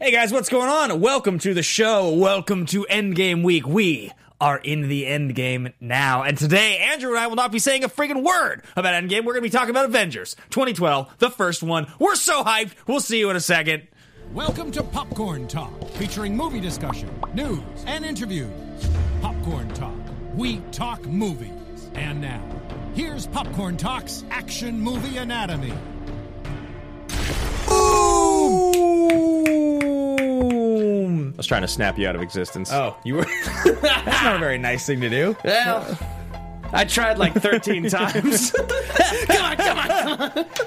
Hey guys, what's going on? Welcome to the show. Welcome to Endgame Week. We are in the Endgame now. And today, Andrew and I will not be saying a friggin' word about Endgame. We're going to be talking about Avengers 2012, the first one. We're so hyped. We'll see you in a second. Welcome to Popcorn Talk, featuring movie discussion, news, and interviews. Popcorn Talk, we talk movies. And now, here's Popcorn Talk's Action Movie Anatomy. Boom. I was trying to snap you out of existence. Oh, you were. That's not a very nice thing to do. Well, I tried like 13 times.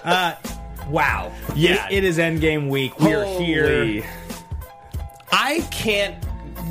Uh, Wow. Yeah. It- it is Endgame Week. We are here. Holy. I can't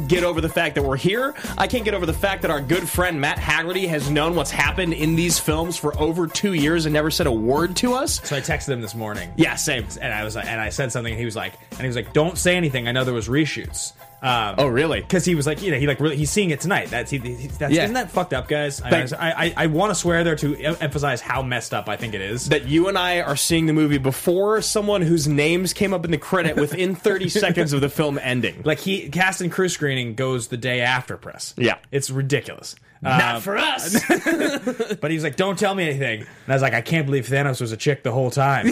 get over the fact that we're here. I can't get over the fact that our good friend Matt Haggerty has known what's happened in these films for over two years and never said a word to us. So I texted him this morning. Yeah, same. and I was like, and I said something, and he was like, and he was like, don't say anything. I know there was reshoots. Um, Oh, really? Because he was like, you know, he like really, he's seeing it tonight. That's he. he- that's, Yeah. Isn't that fucked up, guys? I, Thank- I, I, I want to swear there to em- emphasize how messed up I think it is. That you and I are seeing the movie before someone whose names came up in the credit within 30 seconds of the film ending. like he cast and crew screening goes the day after press. Yeah. it's ridiculous. Um, Not for us. but he was like, don't tell me anything. And I was like, I can't believe Thanos was a chick the whole time.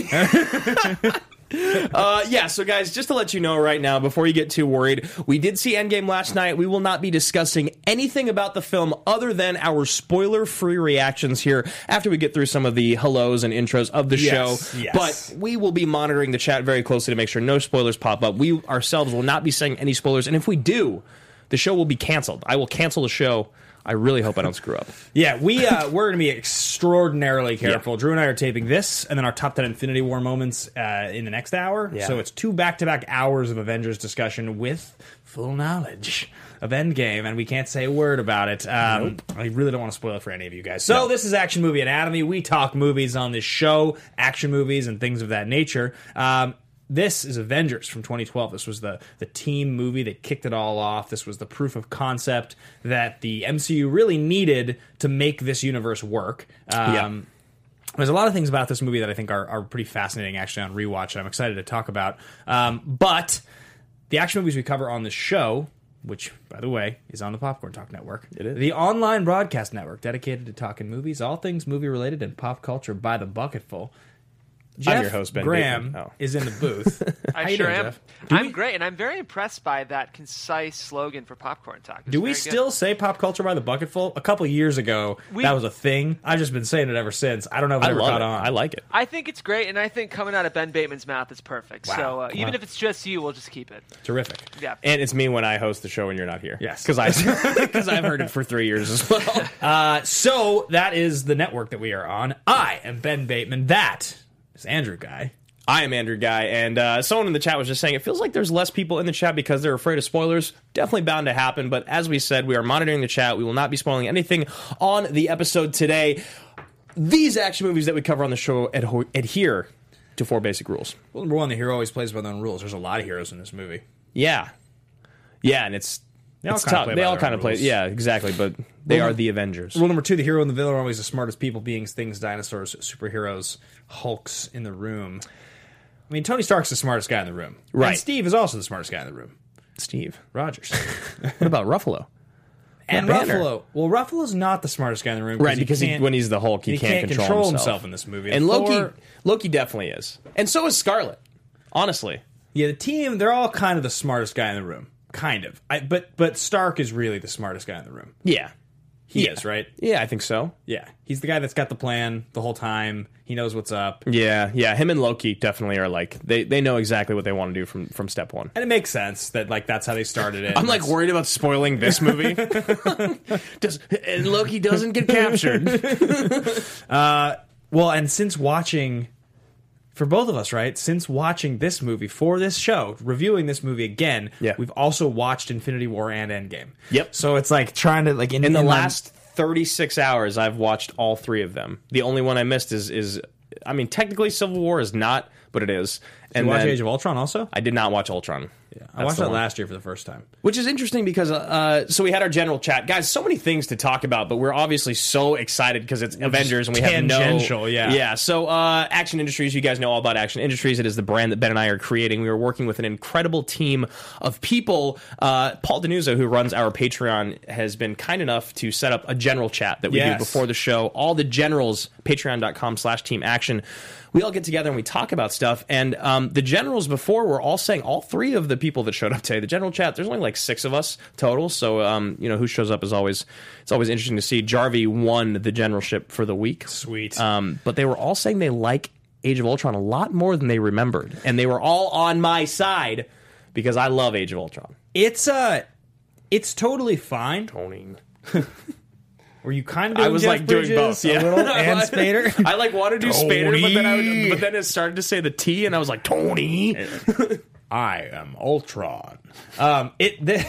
Uh, yeah, so guys, just to let you know right now, before you get too worried, we did see Endgame last night. We will not be discussing anything about the film other than our spoiler free reactions here after we get through some of the hellos and intros of the Yes, show. yes. But we will be monitoring the chat very closely to make sure no spoilers pop up. We ourselves will not be saying any spoilers, and if we do, the show will be canceled. I will cancel the show. I really hope I don't screw up. Yeah, we uh, we're going to be extraordinarily careful. Drew and I are taping this, and then our top ten Infinity War moments uh, in the next hour. Yeah. So it's two back to back hours of Avengers discussion with full knowledge of Endgame, and we can't say a word about it. Um, I really don't want to spoil it for any of you guys. So No. this is Action Movie Anatomy. We talk movies on this show, action movies and things of that nature. Um, this is Avengers from 2012. This was the the team movie that kicked it all off. This was the proof of concept that the MCU really needed to make this universe work. Um, Yeah. There's a lot of things about this movie that I think are, are pretty fascinating, actually, on rewatch, and I'm excited to talk about. Um, but the action movies we cover on this show, which, by the way, is on the Popcorn Talk Network, it is. the online broadcast network dedicated to talking movies, all things movie related, and pop culture by the bucketful. Jeff your host, Ben Graham Beekman. Oh. is in the booth. I How you sure doing, am. Jeff? I'm great, and I'm very impressed by that concise slogan for popcorn talk. It's Do we very good. still say pop culture by the bucketful? A couple years ago, We- that was a thing. I've just been saying it ever since. I don't know if it I ever love caught it. on. I like it. I think it's great, and I think coming out of Ben Bateman's mouth is perfect. So uh, even Wow. if it's just you, we'll just keep it. Terrific. Yeah. And it's me when I host the show and you're not here. Yes. because I because I've heard it for three years as well. So that is the network that we are on. I am Ben Bateman. That is Andrew Guy. I am Andrew Guy, and uh, someone in the chat was just saying it feels like there's less people in the chat because they're afraid of spoilers. Definitely bound to happen, but as we said, we are monitoring the chat. We will not be spoiling anything on the episode today. These action movies that we cover on the show adho- adhere to four basic rules. Well, number one, the hero always plays by their own rules. There's a lot of heroes in this movie. Yeah, yeah, and it's They all it's kinda tough. play They by all their kind own of play. rules. Yeah, exactly. But they Well, are the Avengers. Rule number two: the hero and the villain are always the smartest people, beings, things, dinosaurs, superheroes, Hulks in the room. I mean, Tony Stark's the smartest guy in the room. Right. And Steve is also the smartest guy in the room. Steve, Rogers what about Ruffalo? and Banner. Ruffalo. Well, Ruffalo's not the smartest guy in the room, Right, because he, can't- when he's the Hulk, he, he can't, control, himself. in this movie. And Loki, Thor- Loki definitely is, and so is Scarlet. Honestly, Yeah, the team, they're all kind of the smartest guy in the room. Kind of. I, but but Stark is really the smartest guy in the room. yeah, He Yeah. is, right? yeah, I think so. Yeah. He's the guy that's got the plan the whole time. He knows what's up. Yeah, yeah, him and Loki definitely are like they they know exactly what they want to do from from step one. And it makes sense that like that's how they started it. I'm like worried about spoiling this movie. Does, and Loki doesn't get captured. well, and since watching for both of us, right? Since watching this movie for this show, reviewing this movie again, Yeah. we've also watched Infinity War and Endgame. Yep. So it's like trying to like In the last 36 hours, I've watched all three of them. The only one I missed is is I mean, technically Civil War is not, but it is. And and watch then- Age of Ultron also? I did not watch Ultron. Yeah, I That's watched the that one. last year for the first time. Which is interesting because uh, so we had our general chat, guys. So many things to talk about, but we're obviously so excited because it's Avengers and we have no tangential, yeah. yeah. So uh, Action Industries, you guys know all about Action Industries. It is the brand that Ben and I are creating. We are working with an incredible team of people. Uh, Paul Denuso, who runs our Patreon, has been kind enough to set up a general chat that we Yes. do before the show. All the generals, patreon.com slash team action. We all get together and we talk about stuff. And um, the generals before were all saying, all three of the people that showed up today, the general chat, there's only like six of us total. So, um, you know, who shows up is always, it's always interesting to see. Jarvey won the generalship for the week. Sweet. Um, but they were all saying they like Age of Ultron a lot more than they remembered. And they were all on my side because I love Age of Ultron. It's uh it's totally fine. Owning. Were you kind of I doing was Jeff like doing Bridges both, yeah. a little and Spader? I like wanted to do Spader, but then I Tony. would, but then it started to say the T, and I was like Tony. I am Ultron. Um, it the,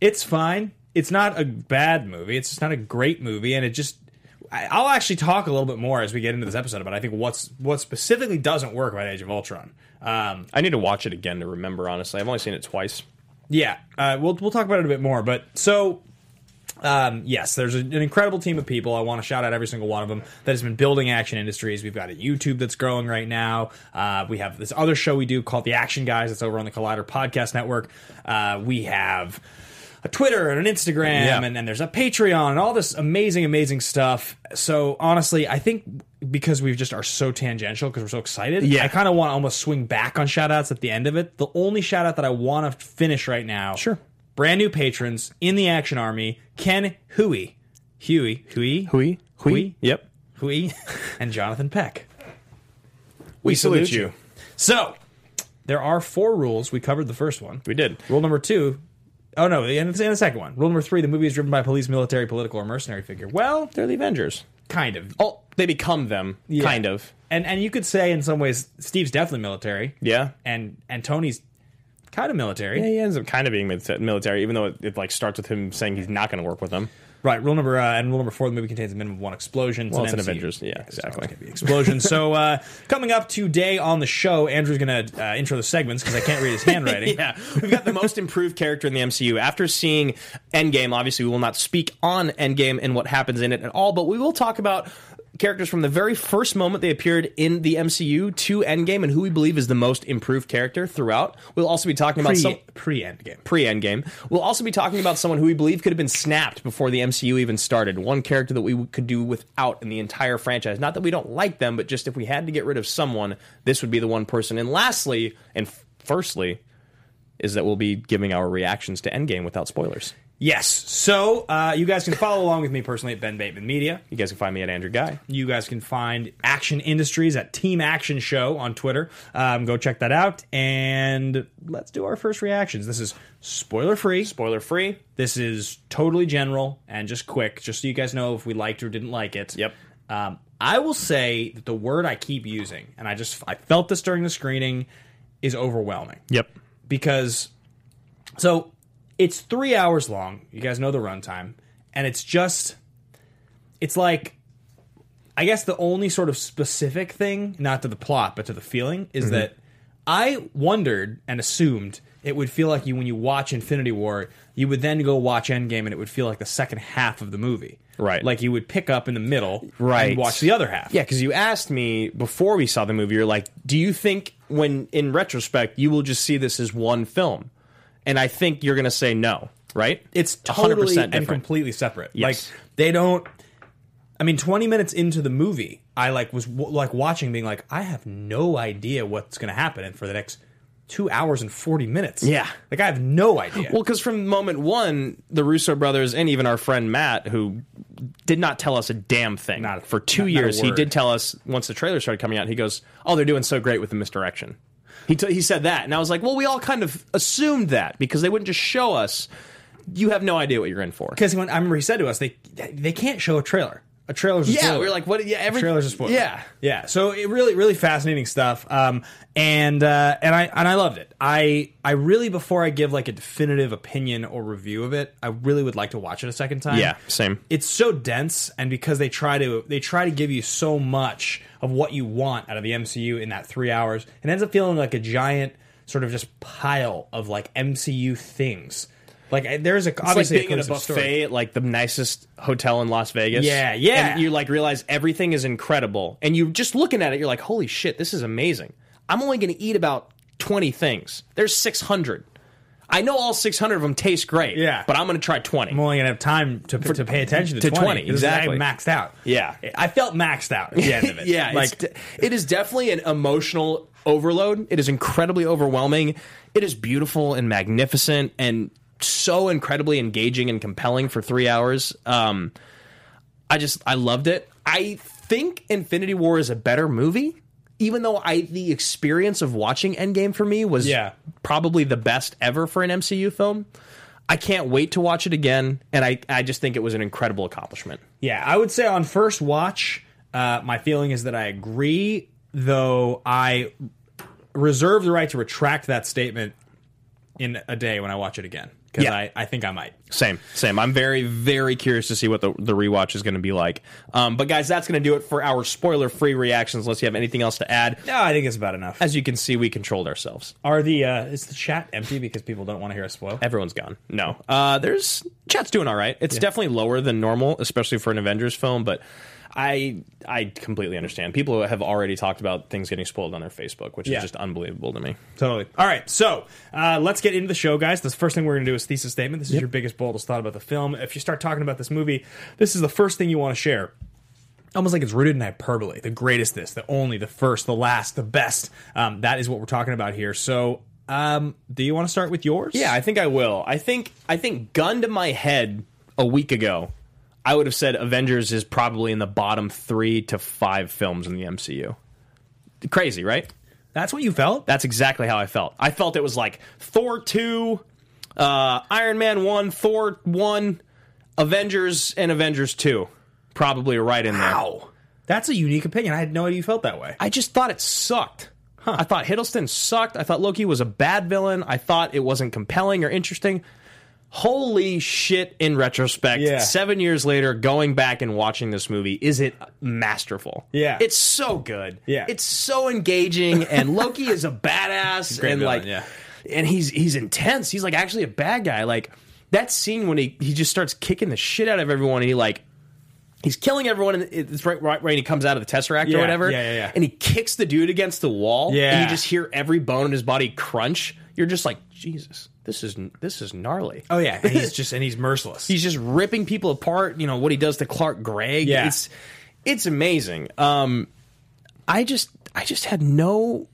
it's fine. It's not a bad movie. It's just not a great movie, and it just. I- I'll actually talk a little bit more as we get into this episode about I think what's what specifically doesn't work about Age of Ultron. Um, I need to watch it again to remember. Honestly, I've only seen it twice. yeah, uh, we'll we'll talk about it a bit more. But so um, yes, there's a- an incredible team of people. I want to shout out every single one of them that has been building Action Industries. We've got a YouTube that's growing right now. Uh, we have this other show we do called The Action Guys that's over on the Collider Podcast Network. Uh, we have a Twitter and an Instagram, Yeah. and then there's a Patreon and all this amazing, amazing stuff. So honestly, I think because we just are so tangential because we're so excited, Yeah. I kind of want to almost swing back on shout outs at the end of it. The only shout out that I want to finish right now Sure. brand new patrons in the Action Army: Ken Huey, Huey, Huey, Hui, Hui? Yep. Huey, and Jonathan Peck. We, salute salute you. you. So there are four rules. We covered the first one. We did. Rule number two. Oh no, and the, and the second one. Rule number three: the movie is driven by police, military, political, or mercenary figure. Well, They're the Avengers. kind of. Oh, they become them. Yeah. Kind of. And and you could say in some ways, Steve's definitely military. Yeah. And and Tony's kind of military. Yeah, he ends up kind of being mil- military, even though it, it like starts with him saying he's not going to work with them. Right. Rule number uh, and rule number four. The movie contains a minimum of one explosion. Well, it's an MCU. Avengers. Yeah, so it's exactly. gonna be explosion. so uh, coming up today on the show, Andrew's going to uh, intro the segments because I can't read his handwriting. Yeah, we've got the most improved character in the MCU. After seeing Endgame, obviously we will not speak on Endgame and what happens in it at all, but we will talk about characters from the very first moment they appeared in the MCU to Endgame and who we believe is the most improved character throughout. We'll also be talking about some Pre pre end game. pre-endgame. We'll also be talking about someone who we believe could have been snapped before the MCU even started. One character that we could do without in the entire franchise. Not that we don't like them, but just if we had to get rid of someone, this would be the one person. And lastly, and f- firstly, is that we'll be giving our reactions to Endgame without spoilers. Yes. So uh, you guys can follow along with me personally at Ben Bateman Media. You guys can find me at Andrew Guy. You guys can find Action Industries at Team Action Show on Twitter. Um, go check that out. And let's do our first reactions. This is spoiler free. Spoiler free. This is totally general and just quick, just so you guys know if we liked or didn't like it. Yep. Um, I will say that the word I keep using, and I just I felt this during the screening, is overwhelming Yep. because so it's three hours long. You guys know the runtime, and it's just it's like I guess the only sort of specific thing, not to the plot but to the feeling, Mm-hmm. is that I wondered and assumed it would feel like you when you watch Infinity War, you would then go watch Endgame, and it would feel like the second half of the movie, Right. Like you would pick up in the middle, Right. and watch the other half, Yeah, because you asked me before we saw the movie, you're like, do you think when in retrospect you will just see this as one film? And I think you're gonna say no, right? it's 100% totally and different. completely separate. Yes. Like they don't. I mean, twenty minutes into the movie, I like was w- like watching, being like, I have no idea what's going to happen, and for the next two hours and forty minutes, Yeah. like I have no idea. Well, because from moment one, the Russo brothers and even our friend Matt, who did not tell us a damn thing Not a- for two not- not a years, he word. did tell us once the trailer started coming out. He goes, "Oh, they're doing so great with the misdirection." He t- he said that, and I was like, "Well, we all kind of assumed that because they wouldn't just show us." You have no idea what you're in for. because when I remember he said to us, they they can't show a trailer. A trailer's a Yeah, spoiler. we were like, what? Yeah, every trailers are spoilers. Yeah, yeah. So it really, really fascinating stuff. Um, and uh, and I and I loved it. I I really before I give like a definitive opinion or review of it, I really would like to watch it a second time. Yeah, same. It's so dense, and because they try to they try to give you so much of what you want out of the MCU in that three hours, it ends up feeling like a giant sort of just pile of like MCU things. Like I- there's a It's like obviously being in a cohesive buffet story. at like the nicest hotel in Las Vegas. Yeah, yeah. And you like realize everything is incredible, and you're just looking at it. You're like, holy shit, this is amazing. I'm only going to eat about twenty things. There's six hundred. I know all six hundred of them taste great. Yeah. but I'm going to try twenty. I'm only gonna have time to, to pay attention to, to 20. 20, because I exactly. maxed out. Yeah. I felt maxed out at the end of it. yeah, it's like de- it is definitely an emotional overload. It is incredibly overwhelming. It is beautiful and magnificent and so incredibly engaging and compelling for three hours. Um, I just I loved it. I think Infinity War is a better movie, even though I the experience of watching Endgame for me was Yeah. probably the best ever for an MCU film. I can't wait to watch it again, and I, I just think it was an incredible accomplishment. yeah, I would say on first watch, uh, my feeling is that I agree, though I reserve the right to retract that statement in a day when I watch it again because Yeah. I, I think I might. Same, same. I'm very, very curious to see what the, the rewatch is going to be like. Um, but guys, that's going to do it for our spoiler free reactions. Unless you have anything else to add, No, I think it's about enough. as you can see, we controlled ourselves. Are the uh, is the chat empty because people don't want to hear us spoil? Everyone's gone. No, uh, there's chat's doing all right. It's definitely lower than normal, especially for an Avengers film. But I, I completely understand. People have already talked about things getting spoiled on their Facebook, which Yeah. is just unbelievable to me. Totally. All right, so uh, let's get into the show, guys. The first thing we're going to do is thesis statement. This is your biggest, boldest thought about the film. If you start talking about this movie, this is the first thing you want to share. Almost like it's rooted in hyperbole. The greatest, this, the only, the first, the last, the best. Um, that is what we're talking about here. So, um, do you want to start with yours? Yeah, I think I will. I think I think gun to my head a week ago, I would have said Avengers is probably in the bottom three to five films in the MCU. Crazy, right? that's what you felt. That's exactly how I felt. I felt it was like Thor two, uh, Iron Man one, Thor one, Avengers and Avengers two, probably right in there. Wow, that's a unique opinion. I had no idea you felt that way. I just thought it sucked. I thought Hiddleston sucked. I thought Loki was a bad villain. I thought it wasn't compelling or interesting. Holy shit, in retrospect, Yeah. seven years later, going back and watching this movie, is it masterful? Yeah. It's so good. Yeah. It's so engaging, and Loki is a badass. Great and villain, like yeah. and he's he's intense. He's like actually a bad guy. Like that scene when he, he just starts kicking the shit out of everyone and he like he's killing everyone and it's right right when he comes out of the tesseract Yeah, or whatever yeah, yeah, yeah. and he kicks the dude against the wall and Yeah. you just hear every bone in his body crunch you're just like jesus this is this is gnarly Oh yeah, and he's just and he's merciless. he's just ripping people apart you know what he does to clark gregg Yeah. it's it's amazing um i just i just had no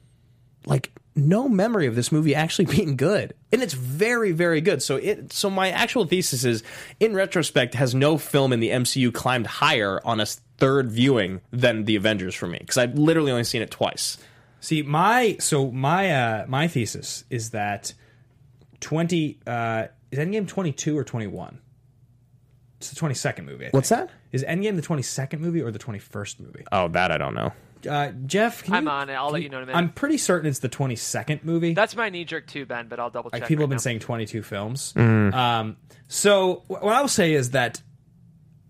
like no memory of this movie actually being good and it's very very good so it so my actual thesis is in retrospect has no film in the mcu climbed higher on a third viewing than the avengers for me because i've literally only seen it twice See, my so my uh my thesis is that twenty uh is Endgame twenty two or twenty one? It's the twenty second movie. I What's think. that? Is Endgame the twenty second movie or the twenty first movie? oh that i don't know Uh, Jeff, can I'm you- on it. I'll can let you know in a minute. I'm pretty certain it's the twenty second movie. That's my knee jerk too, Ben, but I'll double check. like people have right been saying now. 22 films. Um, so wh- what I'll say is that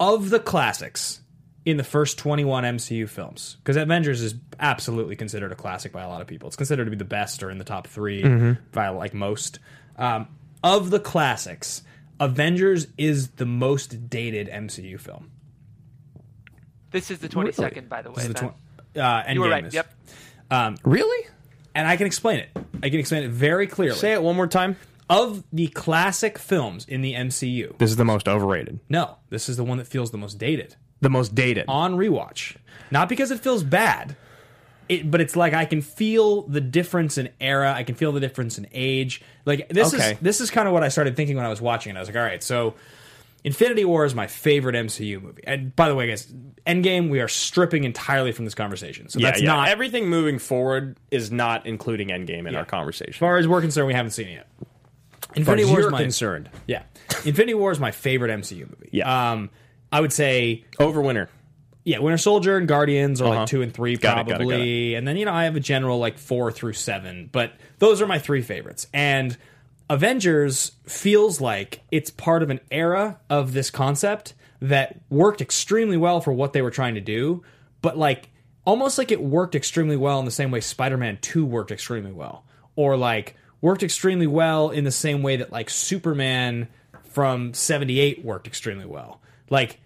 of the classics in the first 21 MCU films, because Avengers is absolutely considered a classic by a lot of people. It's considered to be the best or in the top 3 by like most. Um, of the classics, Avengers is the most dated MCU film. This is the 22nd, by the way. This is the ben. twen- uh, you were Endgame right. is. Yep. really And I can explain it. I can explain it very clearly. say it one more time Of the classic films in the MCU, this is the most overrated No, this is the one that feels the most dated the most dated on rewatch. Not because it feels bad, it, but it's like I can feel the difference in era. I can feel the difference in age. Like this Okay. is this is kind of what I started thinking when I was watching it. I was like, all right, so Infinity War is my favorite MCU movie. And by the way, guys, Endgame we are stripping entirely from this conversation. So that's not as everything moving forward is not including Endgame in our conversation. far as we're concerned. We haven't seen it yet. Infinity as War is you're my concerned. Yeah, Infinity War is my favorite MCU movie. Yeah. um, I would say Over winter. yeah, Winter Soldier and Guardians are Uh-huh. like two and three Got it, probably, got it, got and then you know I have a general like four through seven, but those are my three favorites. And Avengers feels like it's part of an era of this concept that worked extremely well for what they were trying to do, but like almost like it worked extremely well in the same way Spider-Man Two worked extremely well, or like worked extremely well in the same way that like Superman from 78 worked extremely well. Like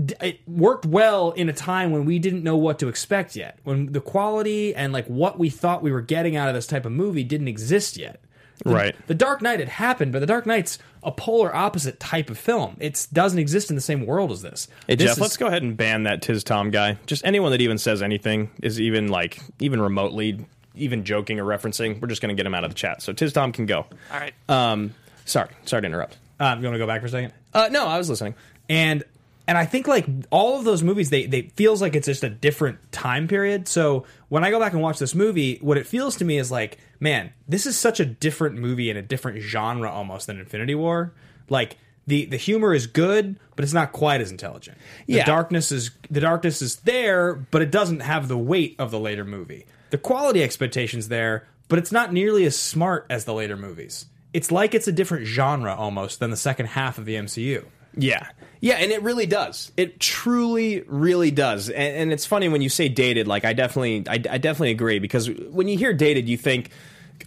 d- it worked well in a time when we didn't know what to expect yet. When the quality and like what we thought we were getting out of this type of movie didn't exist yet. The- Right. The Dark Knight had happened, but The Dark Knight's a polar opposite type of film. It doesn't exist in the same world as this. Hey, This Jeff, is- let's go ahead and ban that Tiz Tom guy. Just anyone that even says anything is even like even remotely even joking or referencing. We're just going to get him out of the chat. So Tiz Tom can go. All right. Um, sorry, sorry to interrupt. Uh, you want to go back for a second? Uh, no, I was listening. and and I think like all of those movies, they they feels like it's just a different time period. So when I go back and watch this movie, what it feels to me is like, man, this is such a different movie and a different genre almost than Infinity War. Like the the humor is good, but it's not quite as intelligent. The Yeah. darkness is the darkness is there, but it doesn't have the weight of the later movie. The quality expectations there, but it's not nearly as smart as the later movies. It's like it's a different genre almost than the second half of the MCU. Yeah. Yeah, and it really does. It truly, really does. And, and it's funny when you say dated. Like I definitely, I, I definitely agree because when you hear dated, you think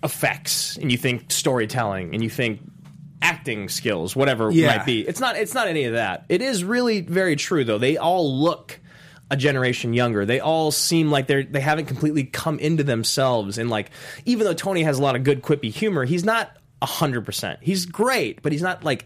effects and you think storytelling and you think acting skills, whatever it Yeah. might be. It's not. It's not any of that. It is really very true though. They all look a generation younger. They all seem like they're they haven't completely come into themselves. And like, even though Tony has a lot of good quippy humor, he's not hundred percent. He's great, but he's not like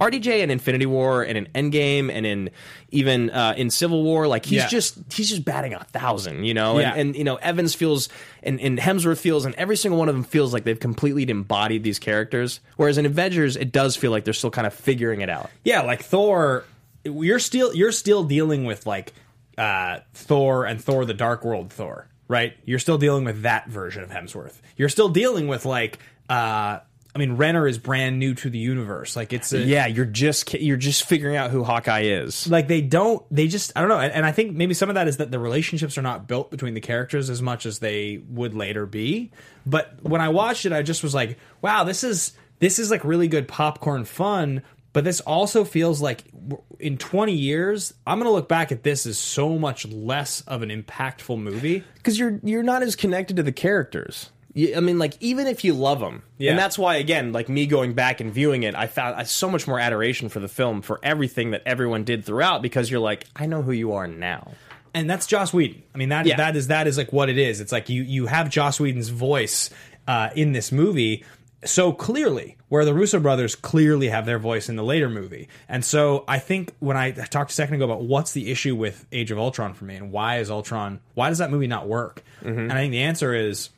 RDJ in Infinity War and in Endgame and in even uh, in Civil War. Like he's Yeah. just he's just batting a thousand, you know. And, Yeah. and you know Evans feels and, and Hemsworth feels and every single one of them feels like they've completely embodied these characters. Whereas in Avengers, it does feel like they're still kind of figuring it out. yeah like thor you're still you're still dealing with like uh thor and thor the dark world thor right you're still dealing with that version of hemsworth you're still dealing with like uh i mean renner is brand new to the universe like it's a, Yeah, you're just ki- you're just figuring out who Hawkeye is. like they don't they just i don't know and, and i think maybe some of that is that the relationships are not built between the characters as much as they would later be but when i watched it i just was like wow this is this is like really good popcorn fun but this also feels like w- in 20 years i'm gonna look back at this as so much less of an impactful movie because you're you're not as connected to the characters. You, I mean, like even if you love them, Yeah. and that's why again, like me going back and viewing it, I found I, so much more adoration for the film for everything that everyone did throughout because you're like, I know who you are now. and that's Joss Whedon. I mean that Yeah. that is that is like what it is. It's like you you have Joss Whedon's voice uh, in this movie so clearly, where the Russo brothers clearly have their voice in the later movie. And so I think when I talked a second ago about what's the issue with Age of Ultron for me and why is Ultron why does that movie not work? Mm-hmm. And I think the answer is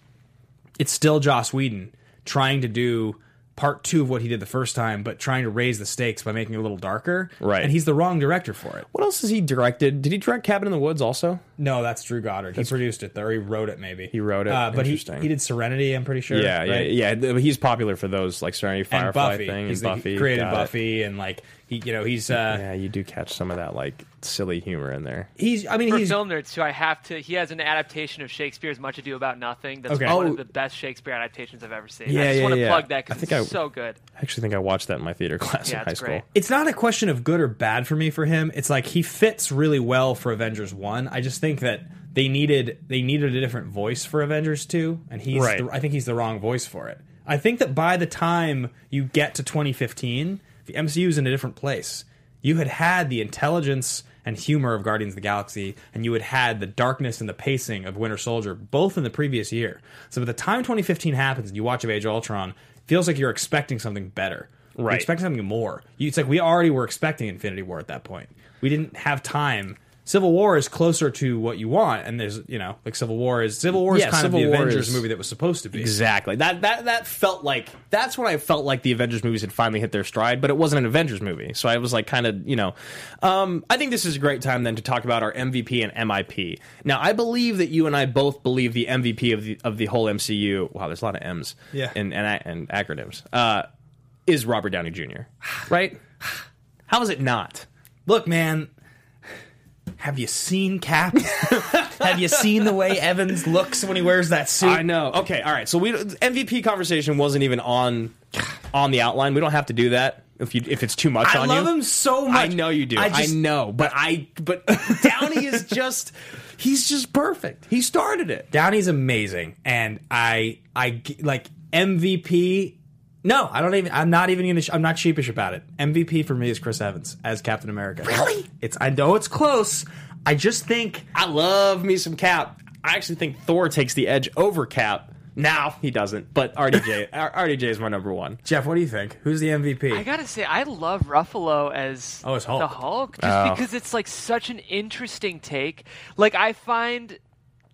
it's still Joss Whedon trying to do part two of what he did the first time, but trying to raise the stakes by making it a little darker. Right. And he's the wrong director for it. What else has he directed? Did he direct Cabin in the Woods also? No, that's Drew Goddard. He produced it, though. He wrote it, maybe. He wrote it. Uh, but he, Interesting. he did Serenity, I'm pretty sure. right? yeah, yeah. He's popular for those like Serenity And Buffy. he's the- he created Buffy, and like he, you know, he's uh, Yeah, you do catch some of that like silly humor in there. he's. I mean, For he's film nerds, who I have to, he has an adaptation of Shakespeare's Much Ado About Nothing. That's Okay. one Oh. of the best Shakespeare adaptations I've ever seen. Yeah, I just yeah, want to yeah. plug that I because think it's I- so good. I actually think I watched that in my theater class Yeah, in high it's school. great. it's not a question of good or bad for me for him. It's like he fits really well for Avengers One. I just think that they needed they needed a different voice for Avengers Two, and he's Right. the, I think he's the wrong voice for it. I think that by the time you get to 2015, the MCU is in a different place. You had had the intelligence and humor of Guardians of the Galaxy, and you had had the darkness and the pacing of Winter Soldier, both in the previous year. So by the time 2015 happens and you watch Of Age of Ultron, it feels like you're expecting something better. You're Right. expecting something more. You- It's like we already were expecting Infinity War at that point. We didn't have time. Civil War is closer to what you want, and there's you know like Civil War is Civil War is Yeah, kind Civil of the War Avengers is- movie that was supposed to be. Exactly. That that that felt like that's when I felt like the Avengers movies had finally hit their stride, but it wasn't an Avengers movie. So I was like kind of, you know, um, I think this is a great time then to talk about our MVP and MIP. Now, I believe that you and I both believe the MVP of the of the whole MCU. Wow, there's a lot of M's. Yeah. And and, and acronyms. Uh, is Robert Downey Jr. Right? How is it not? Look, man, Have you seen Cap? Have you seen the way Evans looks when he wears that suit? I know. Okay, all right. So we MVP conversation wasn't even on on the outline. We don't have to do that if you if it's too much I on love you. him so much. I know you do. I I, just- know, but I but Downey is just he's just perfect. He started it. Downey's amazing, and I I g- like MVP. No, I don't even. I'm not even gonna. Sh- I'm not sheepish about it. MVP for me is Chris Evans as Captain America. Really? It's. I know it's close. I just think I love me some Cap. I actually think Thor takes the edge over Cap. Now he doesn't, but RDJ R- RDJ is my number one. Jeff. What do you think? Who's the MVP? I gotta say, I love Ruffalo as Oh, as Hulk. the Hulk, just because it's like such an interesting take. Like I find,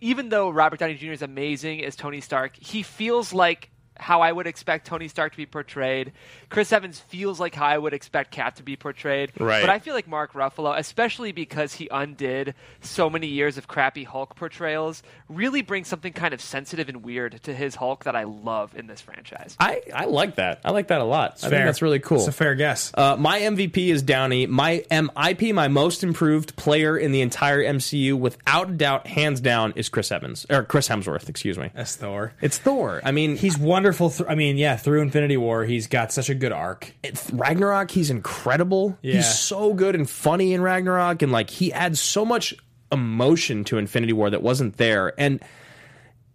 even though Robert Downey Jr. is amazing as Tony Stark, he feels like how I would expect Tony Stark to be portrayed. Chris Evans feels like how I would expect Cap to be portrayed. Right. But I feel like Mark Ruffalo, especially because he undid so many years of crappy Hulk portrayals, really brings something kind of sensitive and weird to his Hulk that I love in this franchise. I, I like that. I like that a lot. I think that's really cool. It's a fair guess. Uh, my MVP is Downey. My MIP, my most improved player in the entire MCU, without a doubt, hands down, is Chris Evans or Chris Hemsworth. Excuse me. That's Thor. It's Thor. I mean, he's He's wonderful. Th- I mean, yeah, through Infinity War, he's got such a good arc. it's Ragnarok. He's incredible. Yeah. He's so good and funny in Ragnarok, and like he adds so much emotion to Infinity War that wasn't there. And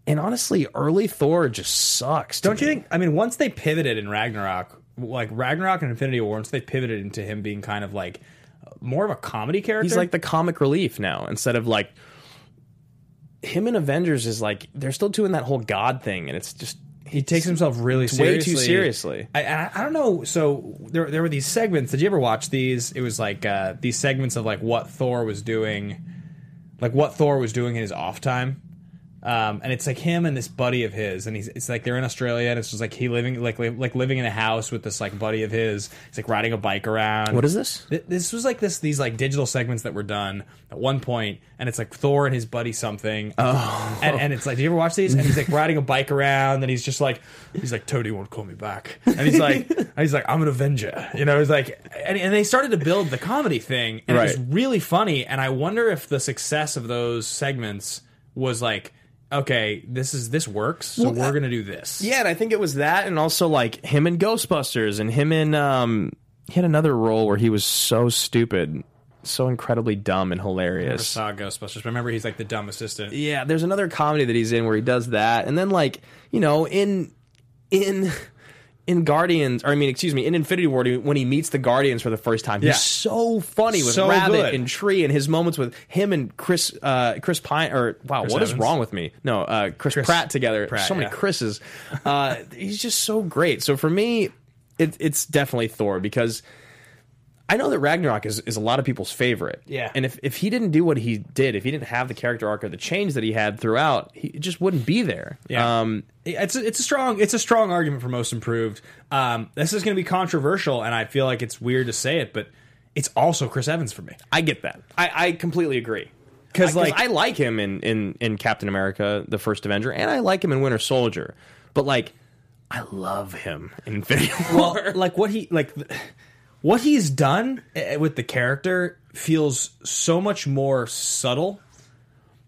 and honestly, early Thor just sucks. to Don't you me. think? I mean, once they pivoted in Ragnarok, like Ragnarok and Infinity War, once they pivoted into him being kind of like more of a comedy character. He's like the comic relief now instead of like him and Avengers is like they're still doing that whole God thing, and it's just he takes himself really way too seriously. seriously. I, I, I don't know. So there, there were these segments. Did you ever watch these? It was like uh, these segments of like what Thor was doing, like what Thor was doing in his off time. Um, and it's like him and this buddy of his, and he's it's like they're in Australia, and it's just like he living like li- like living in a house with this like buddy of his. He's like riding a bike around. What is this? Th- this was like this these like digital segments that were done at one point and it's like thor and his buddy something oh and, and it's like do you ever watch these and he's like riding a bike around and he's just like he's like toady won't call me back and he's like and he's like i'm an avenger you know he's like and, and they started to build the comedy thing and it Right. was really funny and i wonder if the success of those segments was like okay this is this works so we're gonna do this uh, Yeah, and I think it was that, and also like him in Ghostbusters, and him in um, he had another role where he was so stupid, so incredibly dumb and I hilarious. saw ghostbusters but remember he's like the dumb assistant Yeah, there's another comedy that he's in where he does that, and then like you know in in in Guardians, or I mean, excuse me, in Infinity War when he meets the Guardians for the first time, Yeah. he's so funny with So Rabbit good. and Tree, and his moments with him and Chris uh, Chris Pine or wow, what is Evans? wrong with me? No, uh, Chris, Pratt together. Pratt, so many yeah. Chris's. Uh, he's just so great. So for me, it, it's definitely Thor because. I know that Ragnarok is, is a lot of people's favorite. Yeah. And if, if he didn't do what he did, if he didn't have the character arc or the change that he had throughout, he it just wouldn't be there. Yeah. Um, it's a, it's a strong it's a strong argument for most improved. Um, this is going to be controversial, and I feel like it's weird to say it, but it's also Chris Evans for me. I get that. I, I completely agree. 'Cause, Because like- like I like him in, in in Captain America: The First Avenger, and I like him in Winter Soldier. But like, I love him in Infinity War. Well, like what he like th- what he's done eh, with the character feels so much more subtle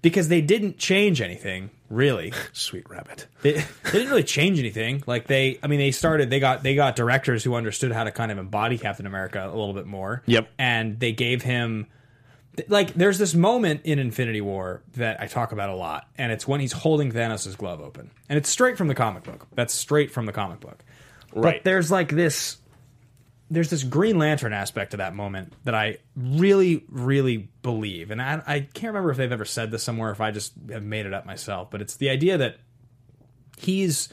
because they didn't change anything really. Sweet rabbit. They, they didn't really change anything. Like they, I mean, they started. They got they got directors who understood how to kind of embody Captain America a little bit more. Yep. And they gave him th- like there's this moment in Infinity War that I talk about a lot, and it's when he's holding Thanos' glove open, and it's straight from the comic book. That's straight from the comic book. Right. But there's like this there's this Green Lantern aspect to that moment that I really, really believe. And I, I can't remember if they've ever said this somewhere, if I just have made it up myself, but it's the idea that he's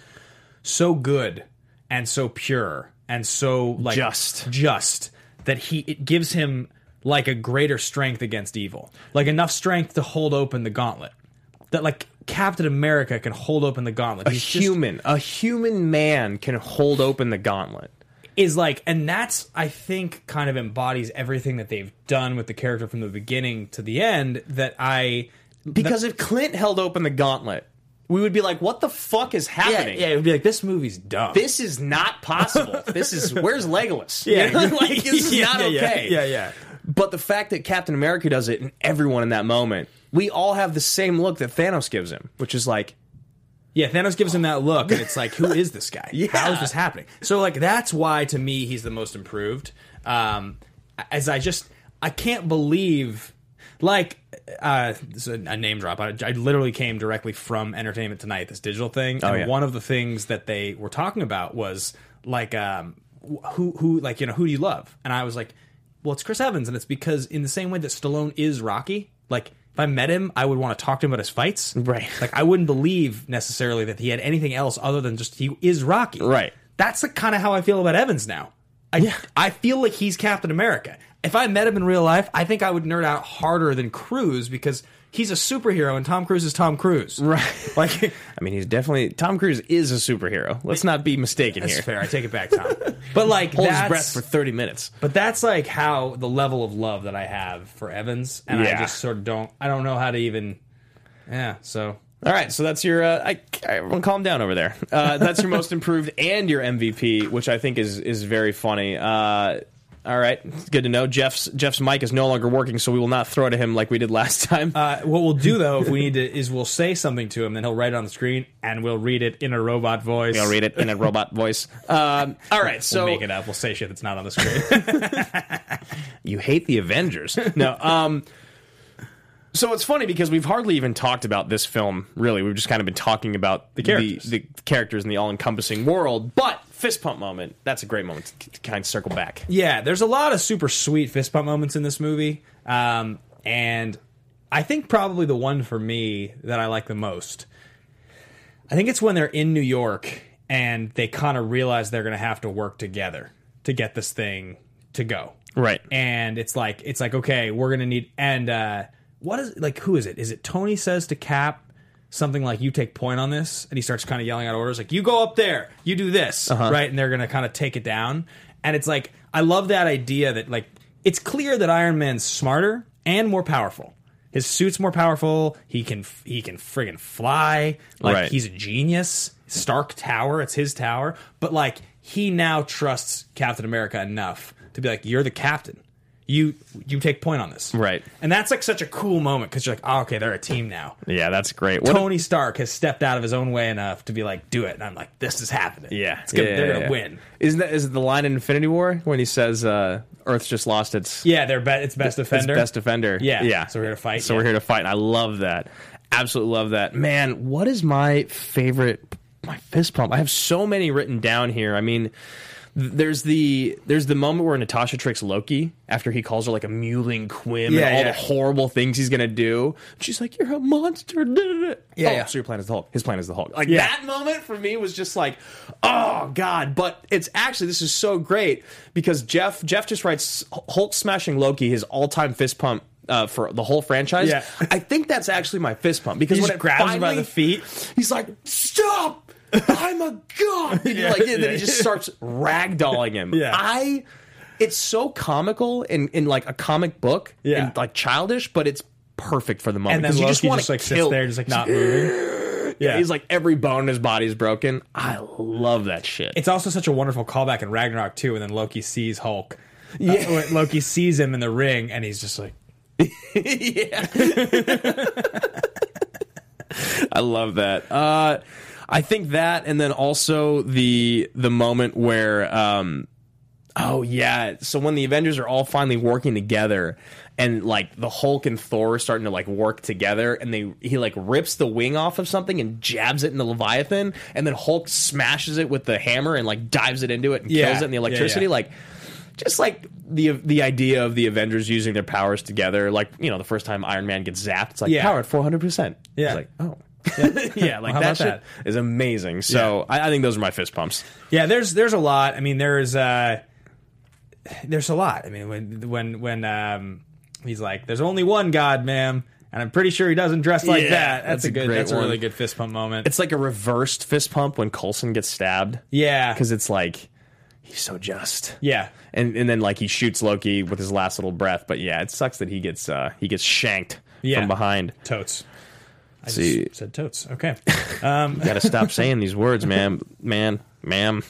so good and so pure and so like Just. just that he it gives him like a greater strength against evil like enough strength to hold open the gauntlet that like captain america can hold open the gauntlet A He's just- human, a human man can hold open the gauntlet. is like and that's i think kind of embodies everything that they've done with the character from the beginning to the end that i Because if Clint held open the gauntlet, we would be like, "What the fuck is yeah, happening?" yeah it would be like this movie's dumb This is not possible. this is where's Legolas? yeah like this is Yeah, not yeah, okay. yeah yeah But the fact that Captain America does it and everyone in that moment, we all have the same look that Thanos gives him, which is like, Yeah, Thanos gives him that look, and it's like, who is this guy? How is this happening? So, like, that's why to me he's the most improved. Um, as I just, I can't believe, like, uh, this is a, a name drop. I, I literally came directly from Entertainment Tonight, this digital thing, and yeah. one of the things that they were talking about was like, um, wh- who, who, like, you know, who do you love? And I was like, well, it's Chris Evans, and it's because in the same way that Stallone is Rocky, like. If I met him, I would want to talk to him about his fights. Right. Like I wouldn't believe necessarily that he had anything else other than just he is Rocky. Right. That's the kind of how I feel about Evans now. I I feel like he's Captain America. If I met him in real life, I think I would nerd out harder than Cruise because he's a superhero and Tom Cruise is Tom Cruise. Right. Like I mean, he's definitely Tom Cruise is a superhero. Let's not be mistaken that's here. fair. I take it back, Tom. But like Hold his that's, breath for thirty minutes. But that's like how the level of love that I have for Evans, and I Yeah. just sort of don't. I don't know how to even. Yeah. So All right, so that's your. Uh, I, everyone, calm down over there. Uh, that's your most improved and your MVP, which I think is is very funny. Uh, all right, it's good to know. Jeff's Jeff's mic is no longer working, so we will not throw to him like we did last time. Uh, what we'll do though, if we need to, is we'll say something to him, then he'll write it on the screen, and we'll read it in a robot voice. I'll read it in a robot voice. Um, all right, We'll so make it up. We'll say shit that's not on the screen. you hate the Avengers. No. Um, so it's funny because we've hardly even talked about this film, really. We've just kind of been talking about the characters. the, characters in the all encompassing world. But fist pump moment, that's a great moment to, to kind of circle back. yeah, there's a lot of super sweet fist pump moments in this movie, um, and I think probably the one for me that I like the most. I think it's when they're in New York and they kind of realize they're going to have to work together to get this thing to go. Right. and it's like it's like okay we're gonna need and uh what is like who is it is it tony says to cap something like you take point on this and he starts kind of yelling out orders like you go up there you do this right and they're gonna kind of take it down and it's like i love that idea that like it's clear that iron man's smarter and more powerful his suit's more powerful he can he can friggin fly like Right. he's a genius stark tower it's his tower but like he now trusts captain america enough to be like you're the captain you you take point on this Right. and that's like such a cool moment because you're like oh, okay they're a team now Yeah, that's great. What a- tony stark has stepped out of his own way enough to be like do it and i'm like this is happening yeah, it's gonna, yeah, they're yeah, gonna yeah. win Isn't that is it the line in Infinity War when he says uh, Earth's just lost its yeah they're be- it's best It's defender best defender. Yeah. yeah. So we're here to fight. So Yeah. we're here to fight. And I love that. Absolutely love that. Man, what is my favorite? My fist pump. I have so many written down here. I mean, th- there's the there's the moment where Natasha tricks Loki after he calls her like a mewling quim Yeah, and all yeah. the horrible things he's gonna do. She's like, "You're a monster." da, da, da." Yeah, "Oh, yeah. So your plan is the Hulk. His plan is the Hulk. Like Yeah. that moment for me was just like, oh god. But it's actually this is so great because Jeff Jeff just writes Hulk smashing Loki his all time fist pump. Uh, for the whole franchise, Yeah. I think that's actually my fist pump because He when just it grabs him by finally- the feet. he's like, "Stop! I'm a god!" And you're like, and then he just starts ragdolling him. Yeah. I, it's so comical in in like a comic book, Yeah. and like childish, but it's perfect for the moment and then because you Loki just want just to like kill. sits there just like not moving yeah He's like every bone in his body is broken. I love that shit. it's also such a wonderful callback in Ragnarok too, and then Loki sees Hulk. Yeah, when Loki sees him in the ring, and he's just like, yeah. I love that. Uh, I think that, and then also the the moment where, um, oh yeah, so when the Avengers are all finally working together, and like the Hulk and Thor are starting to like work together, and they he like rips the wing off of something and jabs it in the Leviathan, and then Hulk smashes it with the hammer and like dives it into it and Yeah. kills it in the Yeah, yeah. electricity, like just like the the idea of the Avengers using their powers together, like you know, the first time Iron Man gets zapped, it's like Yeah. power at four hundred percent. Yeah. like oh, yeah, like Well, how that about shit that? is amazing. So I, I think those are my fist pumps. yeah. There's there's a lot. I mean, there's uh, there's a lot. I mean, when when when um, he's like, there's only one God, ma'am, and I'm pretty sure he doesn't dress like Yeah, that. That's, that's a a good. great that's a really one. good fist pump moment. It's like a reversed fist pump when Coulson gets stabbed. yeah, because it's like he's so just. yeah. and and then like he shoots Loki with his last little breath. But yeah, it sucks that he gets uh he gets shanked Yeah. from behind. Totes. I just See. said totes. Okay. Got to stop saying these words, ma'am, man, ma'am.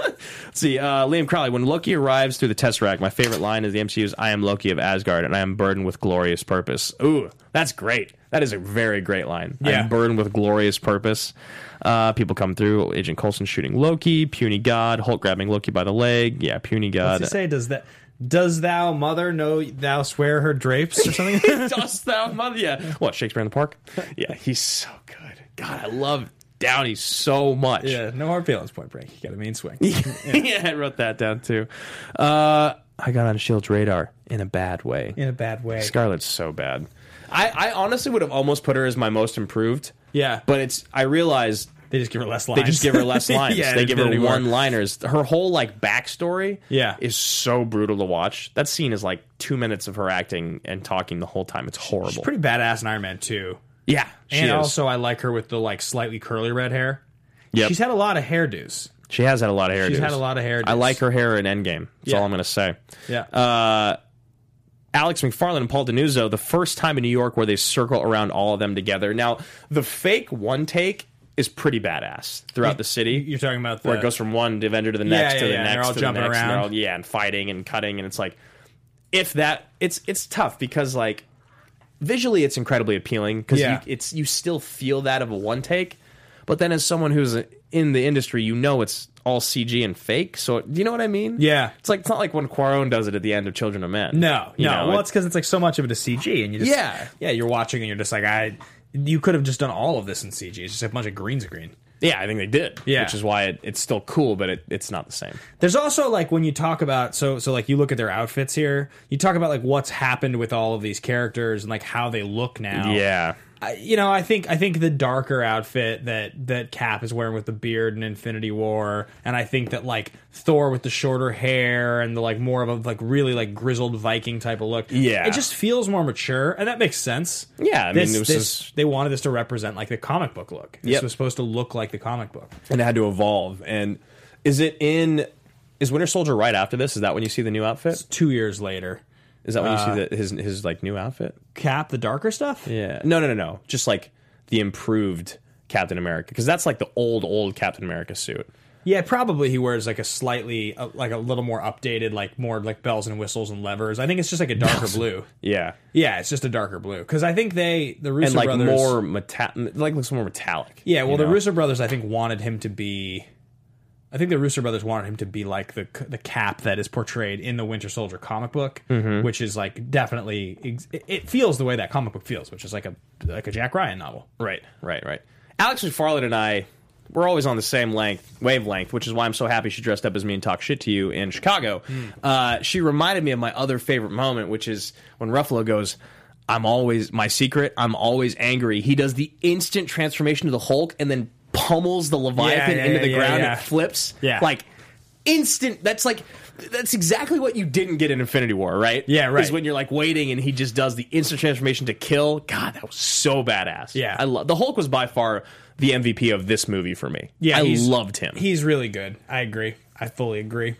see, uh, Liam Crowley. When Loki arrives through the Tesseract, my favorite line is the MCU's "I am Loki of Asgard, and I am burdened with glorious purpose." Ooh, that's great. That is a very great line. Yeah. I'm burdened with glorious purpose. Uh, people come through. Agent Coulson shooting Loki. Puny God. Hulk grabbing Loki by the leg. Yeah, puny God. Does it say does that? Does thou mother know thou swear her drapes or something? Dost thou mother? Yeah. What Shakespeare in the Park? Yeah, he's so good. God, I love Downey so much. yeah, no hard feelings. Point Break. You got a mean swing. yeah. I wrote that down too. Uh, I got on Shield's radar in a bad way. In a bad way. Scarlet's so bad. I, I honestly would have almost put her as my most improved. Yeah. but it's I realized They just give her less lines. they just give her less lines. Yeah, they give her infinity war. one liners. Her whole like backstory Yeah. is so brutal to watch. That scene is like two minutes of her acting and talking the whole time. It's horrible. She's pretty badass in Iron Man 2. yeah, she and is. also, I like her with the like slightly curly red hair. Yep. She's had a lot of hairdos. She has had a lot of hair. She's had a lot of hairdos. I like her hair in Endgame. That's Yeah. all I'm going to say. Yeah. Alex McFarlane and Paul DiNuzzo, the first time in New York where they circle around all of them together. Now, the fake one take is pretty badass throughout the city. You're talking about the where it goes from one Avenger to the Yeah, next yeah, to the yeah, and next they're all to the jumping next, and they're around. all- yeah, and fighting and cutting, and it's like if that it's it's tough because like visually it's incredibly appealing because Yeah. you, it's you still feel that of a one take, but then as someone who's in the industry, you know it's all CG and fake. So do you know what I mean? Yeah. it's like it's not like when Quaron does it at the end of Children of Men. no, You no. know, well, it's because it's like so much of it is CG, and you just Yeah. yeah. You're watching, and you're just like, I. You could have just done all of this in CG. It's just a bunch of green screen. yeah, I think they did. Yeah. which is why it, it's still cool, but it, it's not the same. There's also like when you talk about so so like you look at their outfits here. You talk about like what's happened with all of these characters and like how they look now. Yeah, I- you know, I think I think the darker outfit that that Cap is wearing with the beard in Infinity War, and I think that like Thor with the shorter hair and the like more of a like really like grizzled Viking type of look. Yeah. it just feels more mature, and that makes sense. Yeah, I mean, this, it was this- just- they wanted this to represent like the comic book look. This Yep. was supposed to look like the comic book. and it had to evolve. And is it in? Is Winter Soldier right after this? Is that when you see the new outfit? Two years later, Is that when you see the, his his like new outfit? Cap the darker stuff. Yeah. No, no, no, no. Just like the improved Captain America, because that's like the old old Captain America suit. Yeah, probably he wears like a slightly uh, like a little more updated, like more like bells and whistles and levers. I think it's just like a darker blue. Yeah. Yeah, it's just a darker blue because I think they the Russo And like brothers more meta- like looks more metallic. Yeah, well, you the know? Russo brothers I think wanted him to be. I think the Russo brothers wanted him to be like the the cap that is portrayed in the Winter Soldier comic book, Mm-hmm. which is like definitely ex- it- it feels the way that comic book feels, which is like a like a Jack Ryan novel. Right, right, right. Alex McFarlane and I, we're always on the same length wavelength, which is why I'm so happy she dressed up as me and talked shit to you in Chicago. Hmm. Uh, she reminded me of my other favorite moment, which is when Ruffalo goes. I'm always my secret. I'm always angry. He does the instant transformation to the Hulk and then pummels the Leviathan yeah, into yeah, the yeah, ground yeah. and flips. Yeah. like instant. That's like that's exactly what you didn't get in Infinity War, right? Yeah, right. Is when you're like waiting and he just does the instant transformation to kill. God, that was so badass. Yeah. I love the Hulk was by far the MVP of this movie for me. I he's- loved him. He's really good. I agree. I fully agree.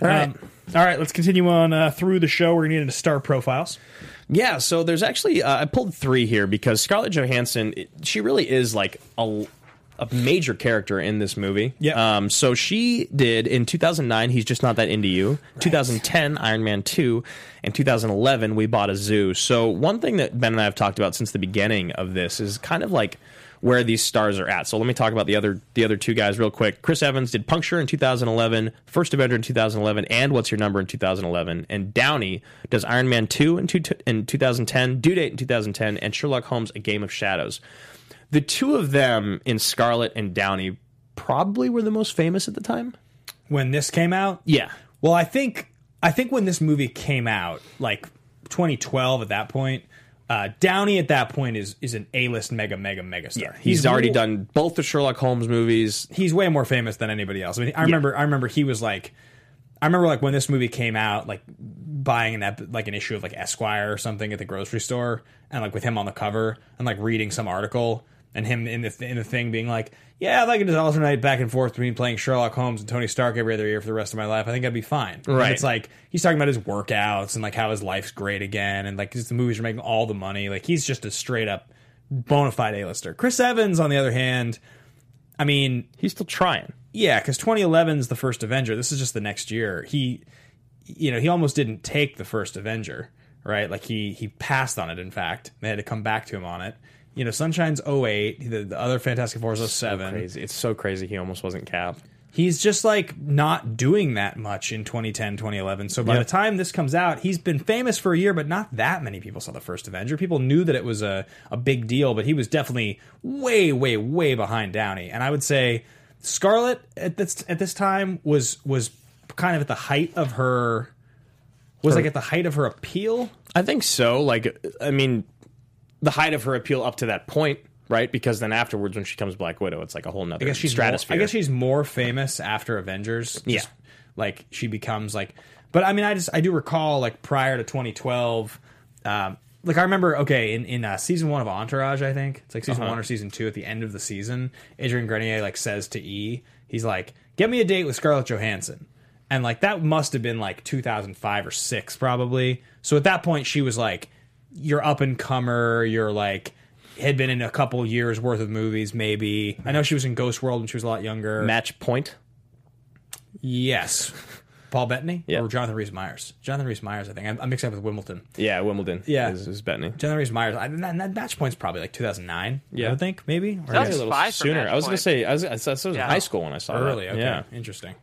All right, all right. Let's continue on uh, through the show. We're going to get into star profiles. yeah, so there's actually uh, I pulled three here because Scarlett Johansson, it- she really is like a a major character in this movie. Yep. Um, so she did in 2009. He's just not that into you. 2010, Iron Man 2, and 2011, we bought a zoo. So one thing that Ben and I have talked about since the beginning of this is kind of like where these stars are at. So let me talk about the other the other two guys real quick. Chris Evans did Puncture in 2011, First Avenger in 2011, and What's Your Number in 2011. And Downey does Iron Man 2 in, two, in 2010, Due Date in 2010, and Sherlock Holmes: A Game of Shadows. The two of them in Scarlet and Downey probably were the most famous at the time. When this came out, Yeah. Well, I think I think when this movie came out, like 2012, at that point, uh, Downey at that point is is an A list mega mega mega star. He's, already wa- done both the Sherlock Holmes movies. He's way more famous than anybody else. I mean, I remember I remember he was like. I remember like when this movie came out, like buying an ep- like an issue of like Esquire or something at the grocery store, and like with him on the cover, and like reading some article, and him in the in the thing being like, "Yeah, if I could just alternate back and forth between playing Sherlock Holmes and Tony Stark every other year for the rest of my life, I think I'd be fine." And Right. it's like he's talking about his workouts and like how his life's great again, and like 'cause the movies are making all the money. Like he's just a straight up bona fide A-lister. Chris Evans, on the other hand, I mean, He's still trying. yeah, because 2011's the first Avenger. This is just the next year. He, you know, he almost didn't take the first Avenger, right? Like he he passed on it. In fact, they had to come back to him on it. You know, Sunshine's 08, the, the other Fantastic Four's 07. Crazy. It's so crazy he almost wasn't Cap. He's just like not doing that much in 2010, 2011. So by Yeah. the time this comes out, he's been famous for a year, but not that many people saw the first Avenger. People knew that it was a, a big deal, but he was definitely way, way, way behind Downey. And I would say Scarlet at this at this time was was kind of at the height of her was like at the height of her appeal. I think so. Like, I mean, the height of her appeal up to that point, right? Because then afterwards, when she comes Black Widow, it's like a whole nother I guess she's stratosphere. More, I guess she's more famous after Avengers. Just, Yeah. like she becomes like. But I mean, I just I do recall like prior to 2012, um, like I remember okay in in uh, season one of Entourage, I think it's like season one or season two at the end of the season, Adrian Grenier like says to E, he's like, "Get me a date with Scarlett Johansson." And like that must have been like 2005 or six probably. So at that point she was like, "You're up and comer. You're like had been in a couple years worth of movies, maybe. I know she was in Ghost World when she was a lot younger. match point. Yes. Paul Bettany Yeah. or Jonathan Rhys Myers? Jonathan Rhys Myers, I think. I'm, I'm mixed up with Wimbledon. Yeah, Wimbledon. Yeah. is, is Bettany. Jonathan Rhys Myers. I, and that, and that match point's probably like 2009. I Yeah. would think maybe. Or That yes. was a little Five for sooner. match I was gonna point. say I was, I was, I was in Yeah. high school when I saw early. that. Okay, Yeah, interesting.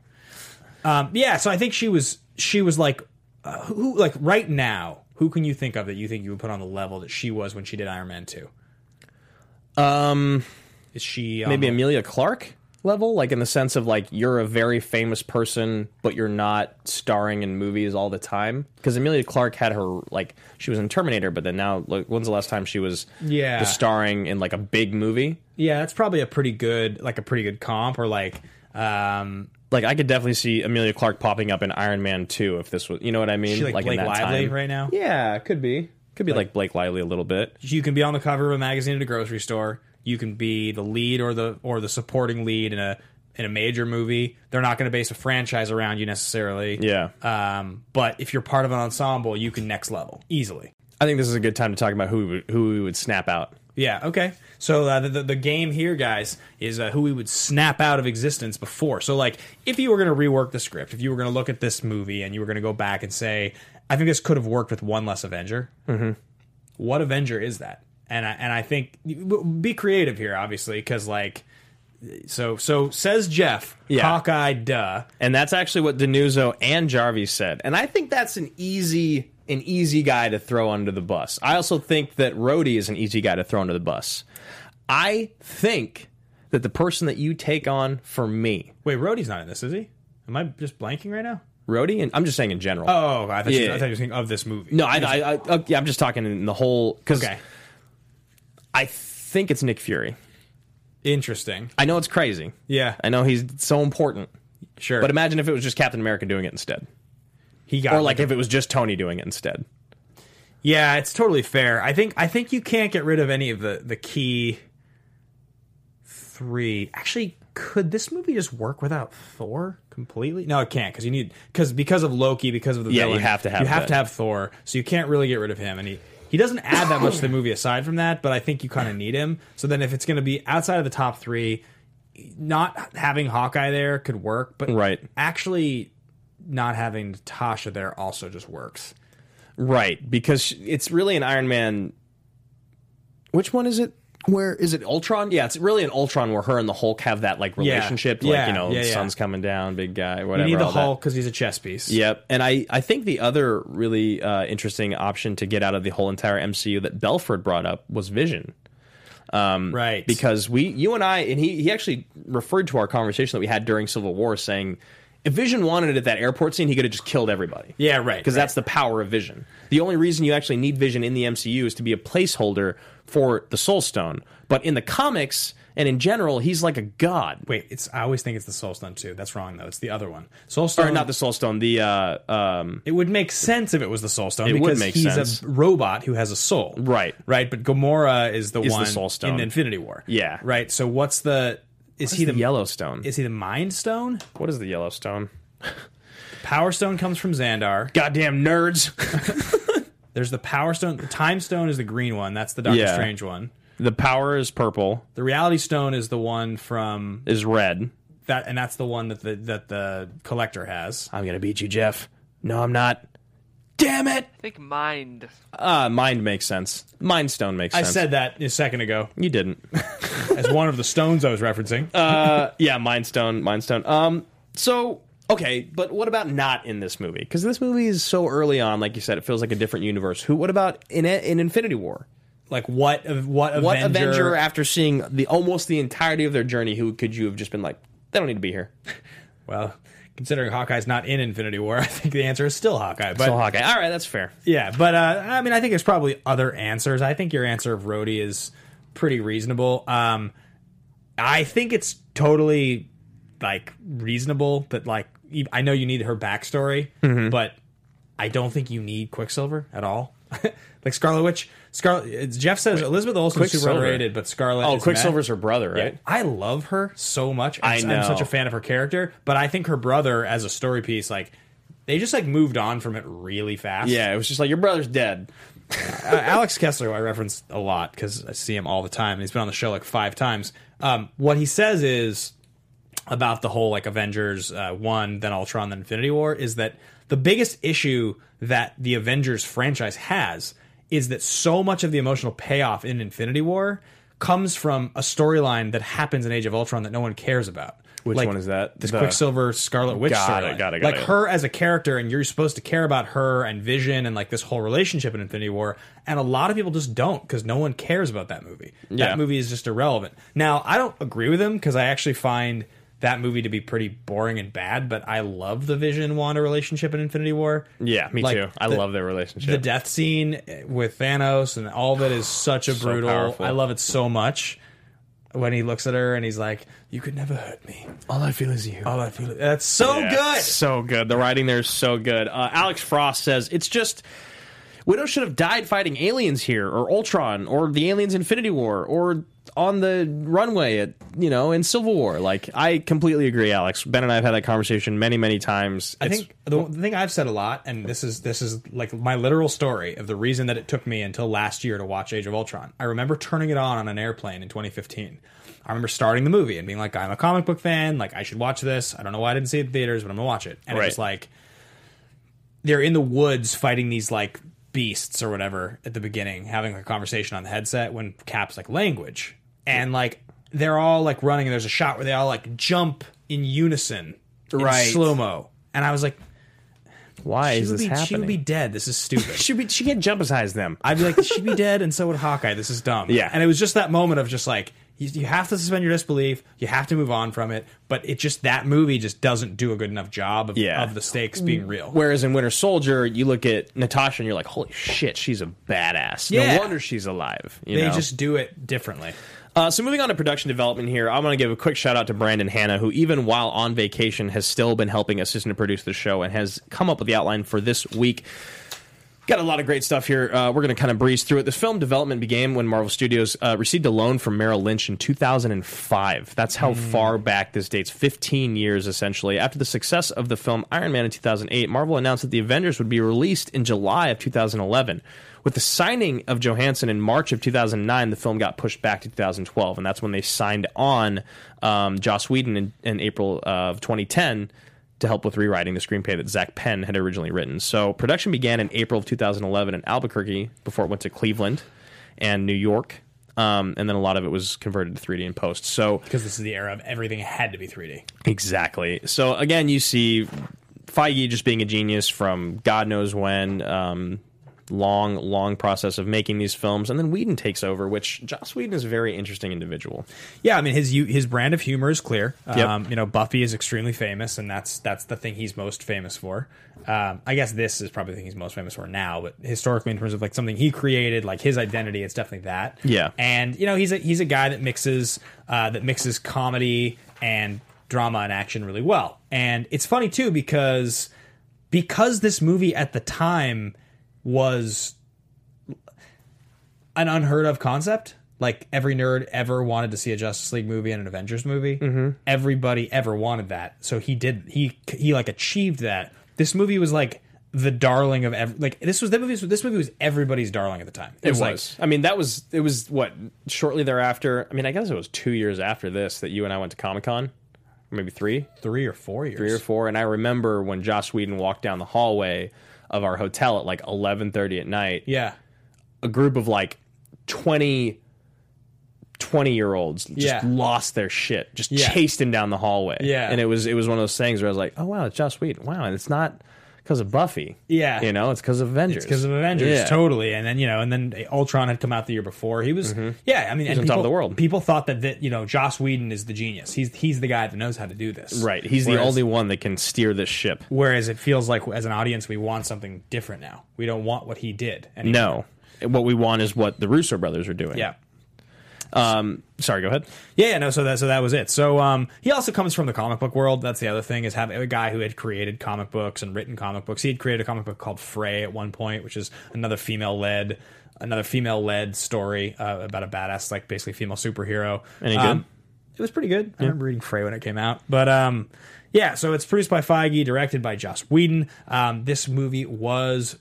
Um, yeah, so I think she was she was like uh, who like right now. Who can you think of that you think you would put on the level that she was when she did Iron Man two? um, Is she on maybe the- Amelia Clark level, like in the sense of like you're a very famous person, but you're not starring in movies all the time. Because Amelia Clark had her like she was in Terminator, but then now like, when's the last time she was Yeah. just starring in like a big movie? Yeah, that's probably a pretty good like a pretty good comp or like um Like I could definitely see Amelia Clark popping up in Iron Man two if this was you know what I mean? she like, in Blake that Lively time. right now. Yeah, could be. Could be like Blake Lively a little bit. You can be on the cover of a magazine at a grocery store. You can be the lead or the or the supporting lead in a in a major movie. They're not going to base a franchise around you necessarily. Yeah. Um, but if you're part of an ensemble, you can next level easily. I think this is a good time to talk about who we would, who we would snap out. Yeah. Okay. So uh, the, the the game here, guys, is uh, who we would snap out of existence before. So like, if you were going to rework the script, if you were going to look at this movie and you were going to go back and say, I think this could have worked with one less Avenger. Mm-hmm. What Avenger is that? And I and I think be creative here, obviously, because like, so so says Jeff, Yeah. Hawkeye, duh. And that's actually what Denuso and Jarvis said. And I think that's an easy an easy guy to throw under the bus. I also think that Rhodey is an easy guy to throw under the bus. I think that the person that you take on for me, Wait, Rhodey's not in this, is he? Am I just blanking right now? Rhodey, and I'm just saying in general. Oh, I thought, you, Yeah. I thought you were thinking of this movie. no, I, I, I, uh, yeah, I'm just talking in the whole because Okay. I think it's Nick Fury. Interesting. I know it's crazy. Yeah. I know he's so important, Sure. but imagine if it was just Captain America doing it instead, he got or like if it was just Tony doing it instead. Yeah, it's totally fair. I think I think you can't get rid of any of the the key three. Actually, could this movie just work without Thor completely? No, it can't because you need because because of Loki because of the Yeah, you villain, have to have you have that. to have Thor, so you can't really get rid of him, and he. He doesn't add that much to the movie aside from that, but I think you kind of need him. So then, if it's going to be outside of the top three, not having Hawkeye there could work, but Right. actually not having Natasha there also just works. Right, because it's really an Iron Man. Which one is it? Where is it Ultron? Yeah, it's really an Ultron where her and the Hulk have that like relationship, like Yeah, you know, yeah, the yeah. sun's coming down, big guy, You whatever. need the all that. Hulk because he's a chess piece. Yep, and I I think the other really uh, interesting option to get out of the whole entire MCU that Belford brought up was Vision. Right. because we you and I and he he actually referred to our conversation that we had during Civil War saying if Vision wanted it at that airport scene he could have just killed everybody. Yeah, right, Because right. that's the power of Vision. The only reason you actually need Vision in the MCU is to be a placeholder for the Soul Stone. But in the comics and in general he's like a god. wait, it's I always think it's the Soul Stone too. That's wrong though. It's the other one. Soul Or Stone. not the Soul Stone, the uh um it would make sense if it was the Soul Stone It would because make he's sense. a robot who has a soul. Right. Right. But Gamora is the the one Soul Stone. in Infinity War. Yeah. Right. So what's the? Is he the, the, Yellowstone. Is he the Mind Stone? what is the Yellowstone? Power Stone comes from Xandar. Goddamn nerds. There's the Power Stone. The Time Stone is the green one. That's the Doctor Yeah. Strange one. the power is purple, The Reality Stone is the one from is red. That and that's the one that the that the collector has. I'm gonna beat you, Jeff. No, I'm not. Damn it! I think Mind. Uh, mind makes sense. Mind Stone makes I sense. said that a second ago you didn't. as one of the stones I was referencing. uh, yeah, Mind Stone, Mind Stone. Um, so okay, but what about not in this movie? Because this movie is so early on. Like you said, it feels like a different universe. Who? What about in in Infinity War? like what? of- What? What Avenger? Avenger, after seeing the almost the entirety of their journey, who could you have just been like? They don't need to be here. well, considering Hawkeye's not in Infinity War, I think the answer is still Hawkeye. But So Hawkeye. All right, that's fair. Yeah, but uh, I mean, I think there's probably other answers. I think your answer of Rhodey is pretty reasonable. Um, I think it's totally like reasonable that like e- I know you need her backstory, Mm-hmm. but I don't think you need Quicksilver at all. like Scarlet Witch, Scarlet. Jeff says Elizabeth Olsen's super Quicksilver. underrated, but Scarlet. Oh, is Quicksilver's her brother, right? I love her so much. I I'm, I'm such know. a fan of her character, but I think her brother as a story piece, like they just like moved on from it really fast. Yeah, it was just like your brother's dead. Uh, Alex Kessler, who I reference a lot because I see him all the time, and he's been on the show like five times. Um, what he says is about the whole like Avengers uh, one, then Ultron, then Infinity War is that the biggest issue that the Avengers franchise has is that so much of the emotional payoff in Infinity War comes from a storyline that happens in Age of Ultron that no one cares about. Which one is that? This The- Quicksilver Scarlet Witch Got it, storyline. got it, got like it. her her as a character and you're supposed to care about her and Vision and like this whole relationship in Infinity War and a lot of people just don't because no one cares about that movie. Yeah. That movie is just irrelevant. Now, I don't agree with him because I actually find that movie to be pretty boring and bad, but I love the Vision Wanda relationship in Infinity War. Yeah, me Like, too. I the- love their The relationship. death scene with Thanos and all of it is such a brutal. powerful. I love it so much. When he looks at her and he's like, "You could never hurt me." All I feel is you. All I feel that's so Yeah, good. So good. The writing there is so good. Uh, Alex Frost says it's just Widow should have died fighting aliens here, or Ultron, or the aliens Infinity War, or on the runway at you know in Civil War. Like I completely agree, Alex. Ben and I have had that conversation many, many times. I It's- think the, the thing I've said a lot, and this is this is like my literal story of the reason that it took me until last year to watch Age of Ultron. I remember turning it on on an airplane in 2015. I remember starting the movie and being like, "I'm a comic book fan. Like, I should watch this. I don't know why I didn't see it in theaters, but I'm gonna watch it." And it was Right. like they're in the woods fighting these like beasts or whatever at the beginning, having a conversation on the headset when Cap's like language. And like they're all like running and there's a shot where they all like jump in unison Right. slow mo. And I was like, why she'd is this be, she'd happening? be dead. This is stupid. She be- she can't jump as high as them. I'd be like, she'd be dead, and so would Hawkeye. This is dumb. Yeah. And it was just that moment of just like, you, you have to suspend your disbelief. You have to move on from it. But it just, that movie just doesn't do a good enough job of, Yeah. Mm. of the stakes being real. Whereas in Winter Soldier, you look at Natasha and you're like, holy shit, she's a badass. Yeah. No wonder she's alive. You they know? just do it differently. Uh, so moving on to production development here, I want to give a quick shout out to Brandon Hanna, who even while on vacation has still been helping assistant to produce the show and has come up with the outline for this week. Got a lot of great stuff here. Uh, we're going to kind of breeze through it. The film development began when Marvel Studios uh, received a loan from Merrill Lynch in 2005. That's how far back this dates 15 years, essentially. After the success of the film Iron Man in 2008, Marvel announced that the Avengers would be released in July of 2011. With the signing of Johansson in March of 2009, the film got pushed back to 2012, and that's when they signed on um, Joss Whedon in, in April of 2010 to help with rewriting the screenplay that Zach Penn had originally written. So production began in April of 2011 in Albuquerque before it went to Cleveland and New York. Um, and then a lot of it was converted to 3D in post. So Because this is the era of everything had to be 3D. Exactly. So again, you see Feige just being a genius from God knows when. Um, long, long process of making these films, and then Whedon takes over, which Joss Whedon is a very interesting individual. Yeah, I mean his u- his brand of humor is clear. Yep. Um, You know, Buffy is extremely famous, and that's that's the thing he's most famous for. Um, I guess this is probably the thing he's most famous for now, but historically, in terms of like something he created, like his identity, it's definitely that. Yeah. and you know he's a he's a guy that mixes uh, that mixes comedy and drama and action really well, and it's funny too because because this movie at the time was an unheard of concept. Like every nerd ever wanted to see a Justice League movie and an Avengers movie. Mm-hmm. Everybody ever wanted that, so he did. He he like achieved that. This movie was like the darling of ev- like this was that movie. This movie was everybody's darling at the time. It was. I mean, that was it was what shortly thereafter. I mean, I guess it was two years after this that you and I went to Comic Con. maybe three, three or four years. three or four. And I remember when Josh Whedon walked down the hallway of our hotel at like eleven thirty at night. Yeah. a group of like 20 20 year olds just Yeah. lost their shit just Yeah. chased him down the hallway Yeah. and it was it was one of those things where i was like oh wow it's joss whedon wow and it's not because of buffy Yeah. you know it's because of avengers because of Avengers, Yeah. totally. And then you know, and then Ultron had come out the year before. He was, yeah, I mean, and Mm-hmm. on top people, of the world. People thought that that you know, Joss Whedon is the genius. He's he's the guy that knows how to do this. right he's the Whereas- only one that can steer this ship Whereas it feels like as an audience, we want something different now. We don't want what he did. Anymore. no what we want is what the russo brothers are doing Yeah. um sorry go ahead Yeah, yeah, no. So that so that was it. So um, he also comes from the comic book world. That's the other thing is having a guy who had created comic books and written comic books. He had created a comic book called Frey at one point, which is another female led, another female led story uh, about a badass like basically female superhero. Any good? Um, it was pretty good. I remember reading Frey when it came out, but um, yeah. So it's produced by Feige, directed by Joss Whedon. Um, this movie was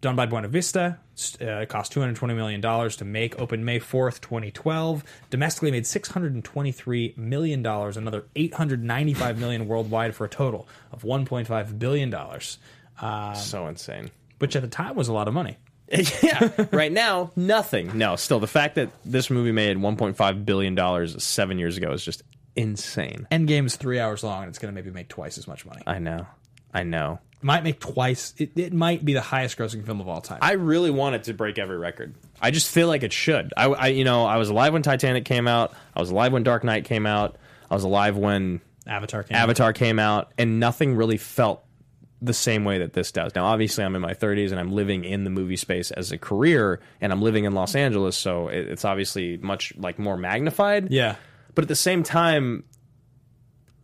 done by Buena Vista. S- Uh, it cost $220 million to make, opened May 4th, 2012. Domestically made $623 million, another $895 million worldwide for a total of $1.5 billion, uh, so insane which at the time was a lot of money. yeah right now nothing no still the fact that this movie made 1.5 billion dollars seven years ago is just insane Endgame is three hours long and it's going to maybe make twice as much money. i know i know It might make twice, it, it might be the highest grossing film of all time. I really want it to break every record. I just feel like it should. I, I- you know, I was alive when Titanic came out. I was alive when Dark Knight came out. I was alive when Avatar came out. Avatar came out, and nothing really felt the same way that this does. Now, obviously, I'm in my 30s and I'm living in the movie space as a career, and I'm living in Los Angeles, so it, it's obviously much like more magnified. Yeah. But at the same time,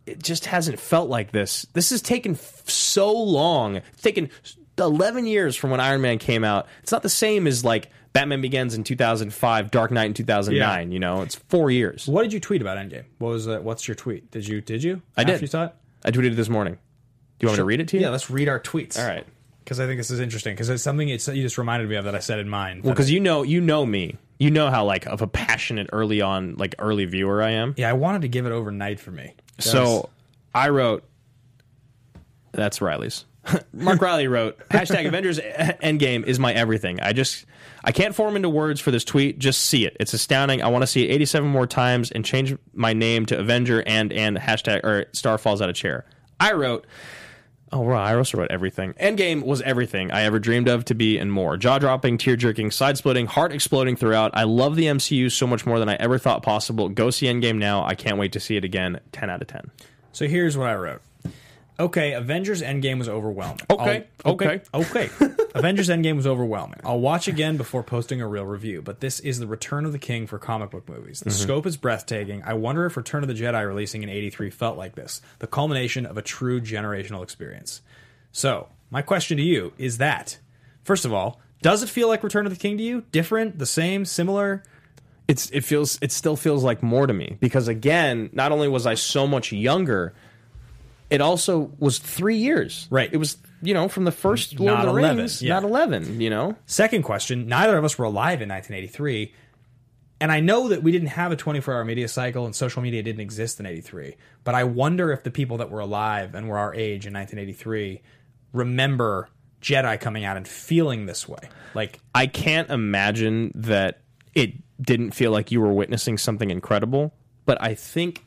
it just hasn't felt like this. This has taken f- so long. It's taken s- 11 years from when Iron Man came out. It's not the same as like Batman Begins in 2005, Dark Knight in 2009, you know? It's 4 years. What did you tweet about Endgame? What was uh, what's your tweet? Did you did you? I did. After you saw it? I tweeted it this morning. Do you want me to read it to you? Yeah, let's read our tweets. All right. because I think this is interesting because it's something it's, you just reminded me of that I said in mine. Well, cuz you know, you know me. You know how like of a passionate early on like early viewer I am. yeah, I wanted to give it overnight for me. That was- So I wrote. That's Riley's. Mark Riley wrote hashtag Avengers E-, Endgame is my everything. I just I can't form into words for this tweet. Just see it. It's astounding. I want to see it 87 more times and change my name to Avenger and and hashtag or Star falls out of chair. I wrote. Oh, well, I also wrote everything. Endgame was everything I ever dreamed of to be and more. Jaw dropping, tear jerking, side splitting, heart exploding throughout. I love the MCU so much more than I ever thought possible. Go see Endgame now. I can't wait to see it again. 10 out of 10. so here's what I wrote. Okay, Avengers Endgame was overwhelming. Okay, I'll- okay. okay. Avengers Endgame was overwhelming. I'll watch again before posting a real review, but this is the return of the king for comic book movies. The scope is breathtaking. I wonder if Return of the Jedi releasing in 83 felt like this, the culmination of a true generational experience. So, my question to you is that first of all, does it feel like Return of the King to you? Different, the same, similar? It's it feels it still feels like more to me because again, not only was I so much younger, it also was 3 years. Right. It was, you know, from the first Lord Not of the 11, Rings, yeah. not 11, you know. Second question neither of us were alive in 1983. And I know that we didn't have a 24 hour media cycle and social media didn't exist in 83. But I wonder if the people that were alive and were our age in 1983 remember Jedi coming out and feeling this way. Like, I can't imagine that it didn't feel like you were witnessing something incredible, but I think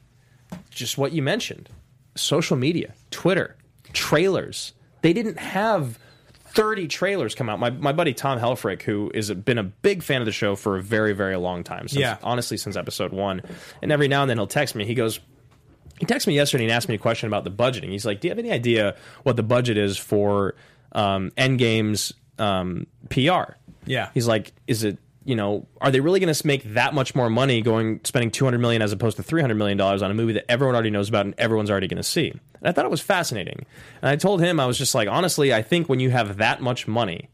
just what you mentioned social media, Twitter, trailers. They didn't have 30 trailers come out. My, my buddy Tom Helfrich, who has been a big fan of the show for a very, very long time, since, Yeah. honestly, since episode one. And every now and then he'll text me. He goes, he texted me yesterday and asked me a question about the budgeting. He's like, "Do you have any idea what the budget is for um, Endgame's um, PR?" Yeah. He's like, "Is it you know are they really going to make that much more money going spending two hundred million as opposed to three hundred million dollars on a movie that everyone already knows about and everyone's already going to see?" And I thought it was fascinating. And I told him I was just like, honestly, I think when you have that much money.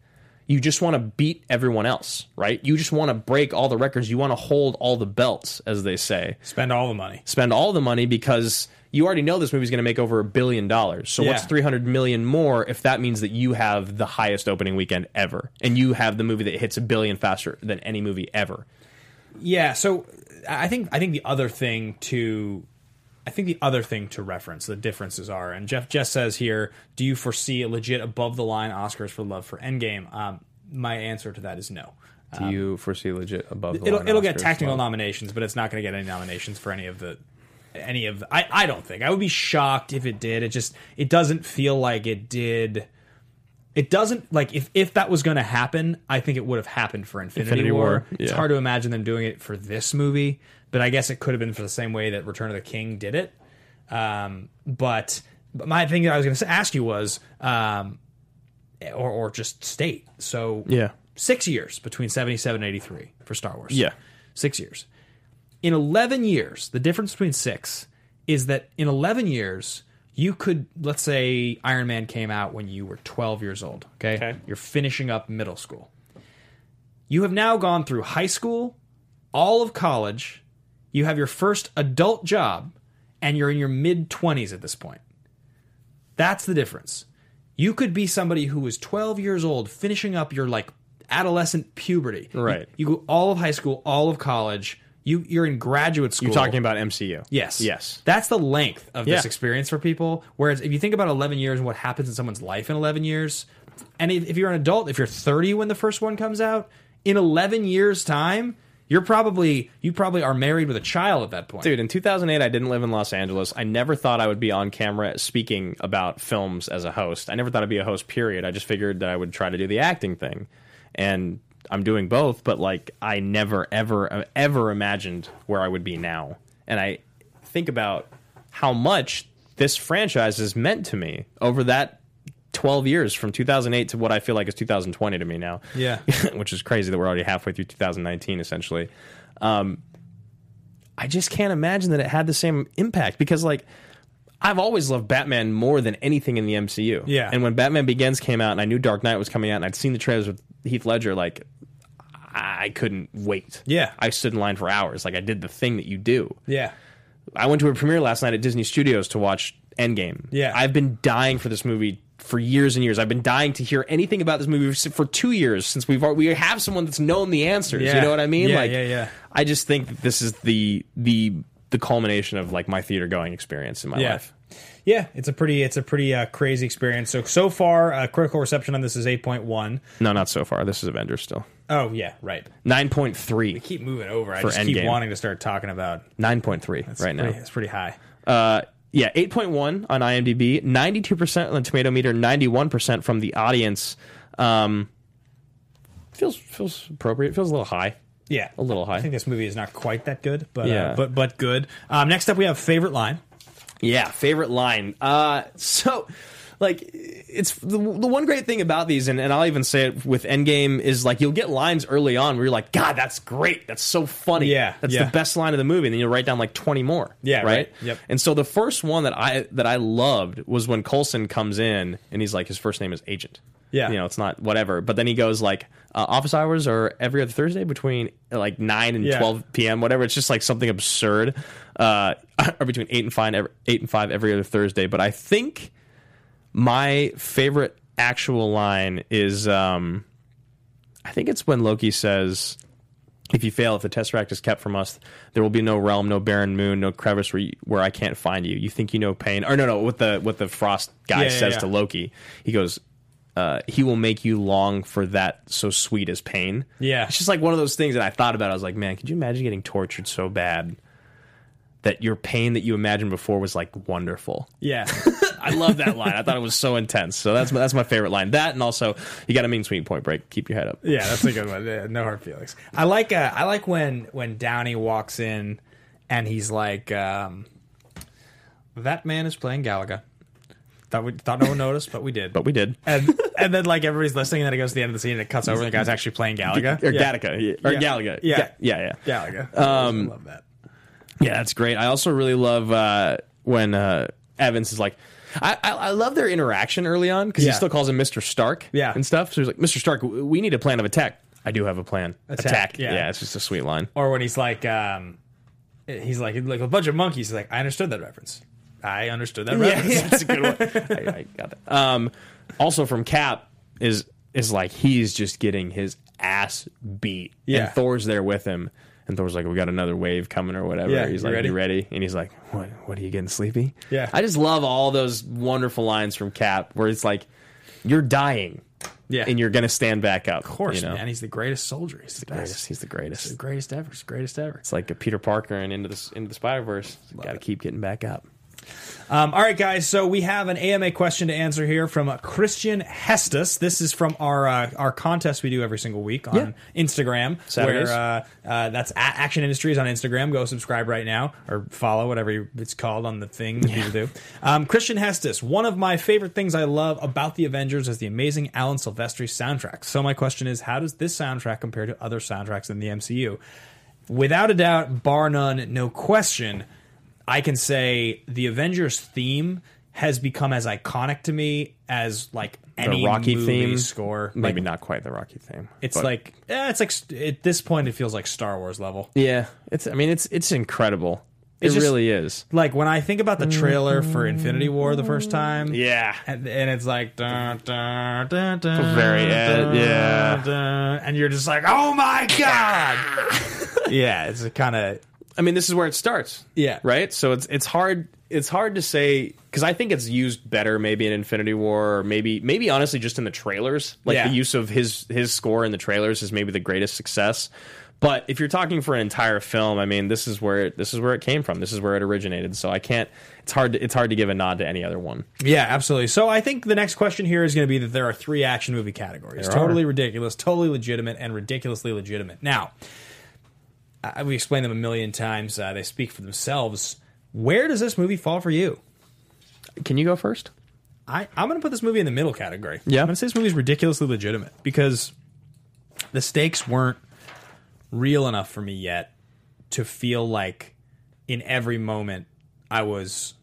You just want to beat everyone else, right? You just want to break all the records. You want to hold all the belts, as they say spend all the money. spend all the money because you already know this movie's going to make over a billion dollars. So what's Yeah. 300 million more if that means that you have the highest opening weekend ever and you have the movie that hits a billion faster than any movie ever. Yeah, so I think I think the other thing to I think the other thing to reference, the differences are, and Jeff Jess says here, do you foresee a legit above the line Oscars for Love for Endgame? Um, my answer to that is no. Do you foresee legit above? The it'll line it'll get Oscars? technical Well, nominations, but it's not going to get any nominations for any of the any of the, I I don't think I would be shocked if it did. It just it doesn't feel like it did. It doesn't like if if that was going to happen, I think it would have happened for Infinity, Infinity War. War, It's yeah. hard to imagine them doing it for this movie, but I guess it could have been for the same way that Return of the King did it. Um, but, but my thing that I was going to ask you was, um, or or just state. So Yeah. six years between 77 and 83 for Star Wars. Yeah. Six years. In 11 years, the difference between six is that in 11 years, you could, let's say Iron Man came out when you were 12 years old. Okay. Okay. You're finishing up middle school. You have now gone through high school, all of college. You have your first adult job, and you're in your mid 20s at this point. That's the difference. You could be somebody who was 12 years old, finishing up your like adolescent puberty. Right. You, you go all of high school, all of college. You you're in graduate school. You're talking about MCU. yes, Yes. That's the length of this Yeah. experience for people. Whereas if you think about 11 years and what happens in someone's life in 11 years, and if, if you're an adult, if you're 30 when the first one comes out, in 11 years time, you're probably you probably are married with a child at that point. Dude, in 2008, I didn't live in Los Angeles. I never thought I would be on camera speaking about films as a host. I never thought I'd be a host, period. I just figured that I would try to do the acting thing. And I'm doing both, but like, I never, ever, ever imagined where I would be now. And I think about how much this franchise has meant to me over that 12 years from 2008 to what I feel like is 2020 to me now. Yeah. Which is crazy that we're already halfway through 2019, essentially. Um, I just can't imagine that it had the same impact because like I've always loved Batman more than anything in the MCU. Yeah. And when Batman Begins came out and I knew Dark Knight was coming out and I'd seen the trailers with Heath Ledger, like I couldn't wait. Yeah. I stood in line for hours. Like I did the thing that you do. Yeah. I went to a premiere last night at Disney Studios to watch Endgame. Yeah. I've been dying for this movie for years and years. I've been dying to hear anything about this movie for- for two years since we've al- we have someone that's known the answers. Yeah. You know what I mean? Yeah, like, yeah, yeah. I just think that this is the the the culmination of like my theater going experience in my yeah. life. Yeah, it's a pretty it's a pretty uh, crazy experience. So so far, uh, critical reception on this is eight point one. No, not so far. This is Avengers still Oh yeah, right. nine point three. Keep moving over. I For just keep Endgame. wanting to start talking about Nine point three right now. pretty- It's pretty high. Uh, yeah, 8.1 on IMDb, 92% on the tomato meter, 91% from the audience. Um, feels feels appropriate. Feels a little high. Yeah, A little high. I think this movie is not quite that good, but uh, Yeah. but but good. Um, next up, we have favorite line. Yeah, favorite line. Uh, so, like, it's the, the one great thing about these, and, and I'll even say it with Endgame, is like you'll get lines early on where you're like, God, that's great. That's so funny. Yeah, That's yeah. the best line of the movie. And then you'll write down like 20 more. Yeah, Right? right. Yep. And so the first one that I that I loved was when Colson comes in and he's like, his first name is Agent. Yeah. You know, it's not whatever. But then he goes like, uh, office hours are every other Thursday between uh, like 9 and Yeah. 12 p.m. whatever. It's just like something absurd. Uh, or between eight and five, every, eight and five every other Thursday. But I think my favorite actual line is, um, I think it's when Loki says, "If you fail, if the Tesseract is kept from us, there will be no realm, no barren moon, no crevice where you, where I can't find you. You think you know pain? Or no, no, what the what the frost guy Yeah, yeah, says yeah. to Loki? He goes." Uh, he will make you long for that so sweet as pain. Yeah. It's just like one of those things that I thought about. I was like, man, could you imagine getting tortured so bad that your pain that you imagined before was like wonderful? Yeah, I love that line. I thought it was so intense. So that's my, that's my favorite line. That and also you got to mean sweet point break. Keep your head up. yeah, that's a good one. Yeah, no hard feelings. I like uh, I like when when Downey walks in and he's like, um, "That man is playing Galaga." Thought we thought no one noticed, but we did. But we did. and and then like everybody's listening, and then it goes to the end of the scene, and it cuts over, and the guy's actually playing Galaga Or yeah. Gattaca. yeah, Or Yeah. Galaga. Yeah. Ga- Yeah. Yeah. Galaga. Um, love that. Yeah, that's great. I also really love uh, when uh, Evans is like, I, I, I love their interaction early on because Yeah. he still calls him Mr. Stark Yeah. and stuff. So he's like, Mr. Stark, w- we need a plan of attack. I do have a plan. Attack, yeah. Yeah. it's just a sweet line. Or when he's like, um, he's like, like a bunch of monkeys. He's like, I understood that reference. I understood that reference. that's a good one. I, I got that. Um, also from Cap is is like he's just getting his ass beat, Yeah. and Thor's there with him, and And Thor's like, "We got another wave coming or whatever." Yeah, he's you like, ready? "You ready?" And he's like, "What? What are you getting sleepy?" Yeah. I just love all those wonderful lines from Cap where it's like, "You're dying, Yeah. and you're gonna stand back up." of course, man. He's the greatest soldier. He's the, best. Greatest. He's the The greatest. greatest ever. He's the greatest ever. It's like a Peter Parker and into the into the Spider Verse. Got to keep getting back up. Um, all right, guys. So we have an AMA question to answer here from uh, Christian Hestus. This is from our uh, our contest we do every single week on Instagram. Saturdays. Where uh, uh, that's at Action Industries on Instagram. Go subscribe right now or follow whatever you- it's called on the thing that people do. Um, Christian Hestus. One of my favorite things I love about the Avengers is the amazing Alan Silvestri soundtrack. So my question is, how does this soundtrack compare to other soundtracks in the MCU? without a doubt, bar none, no question, I can say the Avengers theme has become as iconic to me as like any Rocky movie theme? score. Maybe Like, not quite the Rocky theme. It's but- like eh, it's like st- at this point it feels like Star Wars level. yeah. It's I mean it's it's incredible. It's it just- really is. Like when I think about the trailer for Infinity War the first time, Yeah. and, and it's like dun, dun, dun, The dun, very end, yeah. dun, and you're just like, oh my god, yeah. It's kind of I mean, this is where it starts. Yeah. Right. So it's it's hard it's hard to say because I think it's used better maybe in Infinity War or maybe maybe honestly just in the trailers. Like Yeah. the use of his his score in the trailers is maybe the greatest success. But if you're talking for an entire film, I mean, this is where it, this is where it came from. This is where it originated. So I can't. It's hard. To, it's hard to give a nod to any other one. Yeah, absolutely. So I think the next question here is going to be that there are three action movie categories: There are. totally ridiculous, totally legitimate, and ridiculously legitimate. Now, I, we explained them a million times; uh, they speak for themselves. Where does this movie fall for you? Can you go first? I, I'm going to put this movie in the middle category. Yeah. I'm going to say this movie is ridiculously legitimate because the stakes weren't real enough for me yet to feel like in every moment I was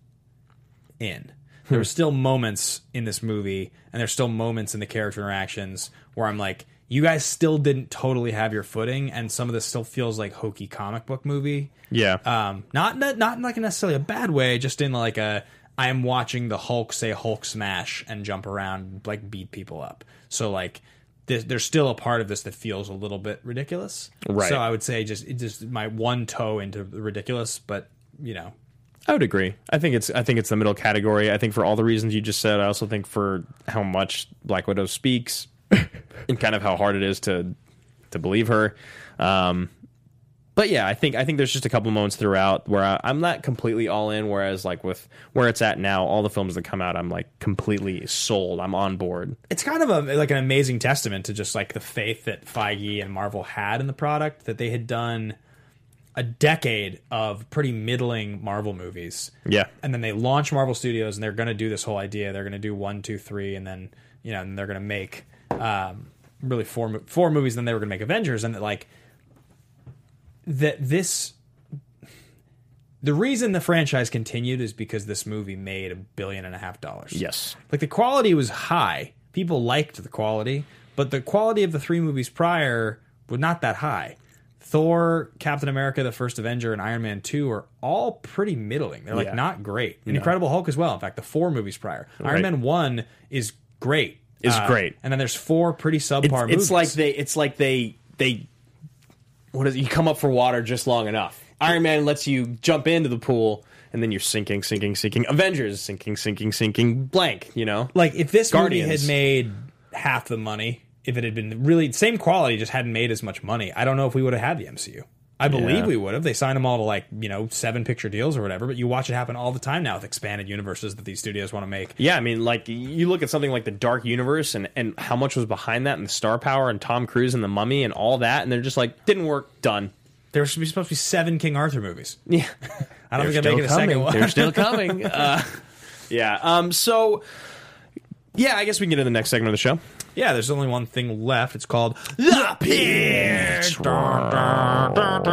in. There were still moments in this movie, and there's still moments in the character interactions where I'm like, you guys still didn't totally have your footing, and some of this still feels like hokey comic book movie. Yeah. Um, not not not in like necessarily a bad way, just in like a I am watching the Hulk say Hulk smash and jump around like beat people up. So like there's, there's still a part of this that feels a little bit ridiculous. Right. So I would say just it just my one toe into the ridiculous, but you know I would agree. I think it's I think it's the middle category. I think for all the reasons you just said, I also think for how much Black Widow speaks and kind of how hard it is to to believe her. Um, but yeah, I think I think there's just a couple moments throughout where I, I'm not completely all in. Whereas like with where it's at now, all the films that come out, I'm like completely sold. I'm on board. it's kind of a like an amazing testament to just like the faith that Feige and Marvel had in the product that they had done a decade of pretty middling Marvel movies. Yeah. And then they launch Marvel Studios and they're going to do this whole idea. They're going to do one, two, three, and then, you know, and they're going to make um, really four, mo- four movies. Then they were going to make Avengers. And that, like, that this, the reason the franchise continued is because this movie made a billion and a half dollars. Yes. Like the quality was high. People liked the quality, but the quality of the three movies prior were not that high. Thor, Captain America, The First Avenger, and Iron Man 2 are all pretty middling. They're like Yeah. not great. And Incredible Hulk as well. In fact, the four movies prior. Iron Right. Man 1 is great. Uh, Is great. And then there's four pretty subpar It's, movies. it's like they it's like they they what is it? you come up for water just long enough. Iron Man lets you jump into the pool and then you're sinking, sinking, sinking. Avengers sinking, sinking, sinking. Blank, you know. like if this movie Guardians. had made half the money, if it had been really same quality, just hadn't made as much money, I don't know if we would have had the MCU. I believe Yeah. we would have. They signed them all to like you know seven picture deals or whatever. But you watch it happen all the time now with expanded universes that these studios want to make. yeah, I mean, like you look at something like the Dark Universe and and how much was behind that and the star power and Tom Cruise and the Mummy and all that, and they're just like didn't work. Done. There should be supposed to be seven King Arthur movies. Yeah. I don't They're think I'm making still a second coming. one. They're still coming. Uh, yeah. Um. So. Yeah, I guess we can get into the next segment of the show. Yeah, there's only one thing left. It's called The Pitch. Dun, dun, dun,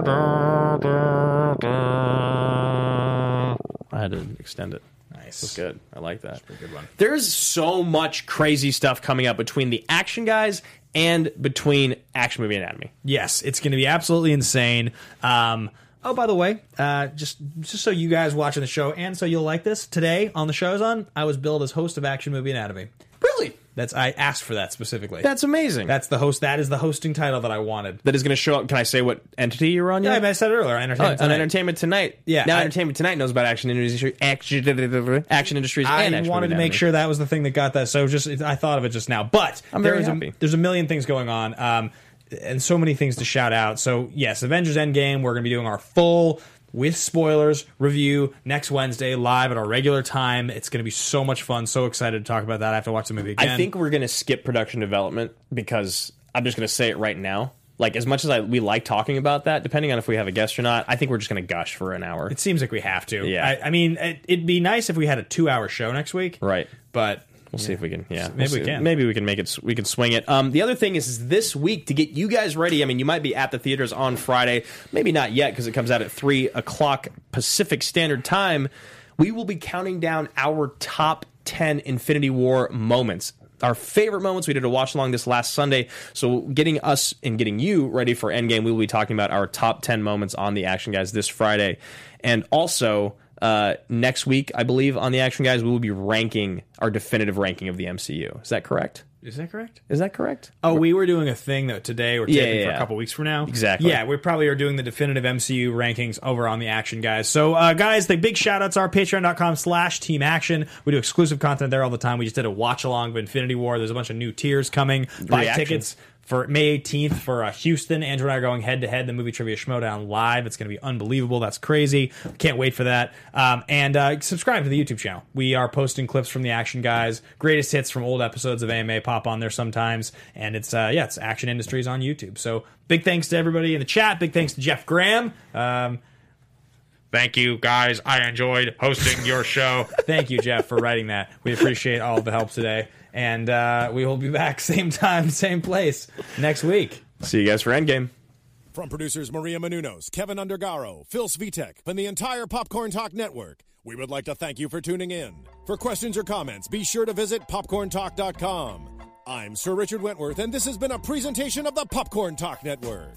dun, dun, dun, dun. I had to extend it. Nice. That's good. I like that. good one. There's so much crazy stuff coming up between the action guys and between Action Movie Anatomy. Yes, it's going to be absolutely insane. Um, oh, by the way, uh, just just so you guys watching the show and so you'll like this today on the show's on. I was billed as host of Action Movie Anatomy. Really? That's I asked for that specifically. That's amazing. that's the host. That is the hosting title that I wanted. that is going to show up. Can I say what entity you're on? Yeah, I Yet? mean, I said earlier. Oh, Entertainment on Tonight. Entertainment Tonight. Yeah, Now I- Entertainment Tonight knows about Action Industries, Action, action Industries, I and Action wanted Movie to make Network. sure that was the thing that got that. So just it- I thought of it just now. But I'm there very is happy. A, there's a million things going on, um, and so many things to shout out. So yes, Avengers Endgame. We're going to be doing our full with spoilers review next Wednesday live at our regular time. It's going to be so much fun. So excited to talk about that. I have to watch the movie again. I think we're going to skip production development because I'm just going to say it right now. Like as much as I we like talking about that, depending on if we have a guest or not, I think we're just going to gush for an hour. it seems like we have to. Yeah. I, I mean, it, it'd be nice if we had a two-hour show next week. Right. But We'll see if we can. Yeah, Maybe we'll we see. can. Maybe we can make it. We can swing it. Um, the other thing is, is this week to get you guys ready. I mean, you might be at the theaters on Friday. Maybe not yet because it comes out at three o'clock Pacific Standard Time. We will be counting down our top ten Infinity War moments. Our favorite moments. We did a watch along this last Sunday. So, getting us and getting you ready for Endgame, we will be talking about our top 10 moments on the Action Guys this Friday. And also, uh, next week, I believe, on the Action Guys, we will be ranking our definitive ranking of the MCU. Is that correct? is that correct? Is that correct? Oh, we were doing a thing though today. We're Yeah, taping yeah, for yeah. a couple weeks from now. Exactly. Yeah, we probably are doing the definitive MCU rankings over on the Action guys. So, uh, guys, the big shout outs are Patreon.com/slash Team Action. We do exclusive content there all the time. We just did a watch along of Infinity War. There's a bunch of new tiers coming. Buy Reaction. tickets for May 18th for uh, Houston. Andrew and I are going head to head the movie trivia Schmodown live. It's going to be unbelievable. That's crazy. Can't wait for that. Um, and uh, subscribe to the YouTube channel. We are posting clips from the Action Guys, greatest hits from old episodes of AMA pop on there sometimes. And it's uh, yeah, it's Action Industries on YouTube. So big thanks to everybody in the chat. Big thanks to Jeff Graham. Um, Thank you, guys. I enjoyed hosting your show. Thank you, Jeff, for writing that. We appreciate all the help today. And uh, we will be back same time, same place next week. See you guys for Endgame. From producers Maria Menunos, Kevin Undergaro, Phil Svitek, and the entire Popcorn Talk Network, we would like to thank you for tuning in. For questions or comments, be sure to visit popcorntalk.com. I'm Sir Richard Wentworth, and this has been a presentation of the Popcorn Talk Network.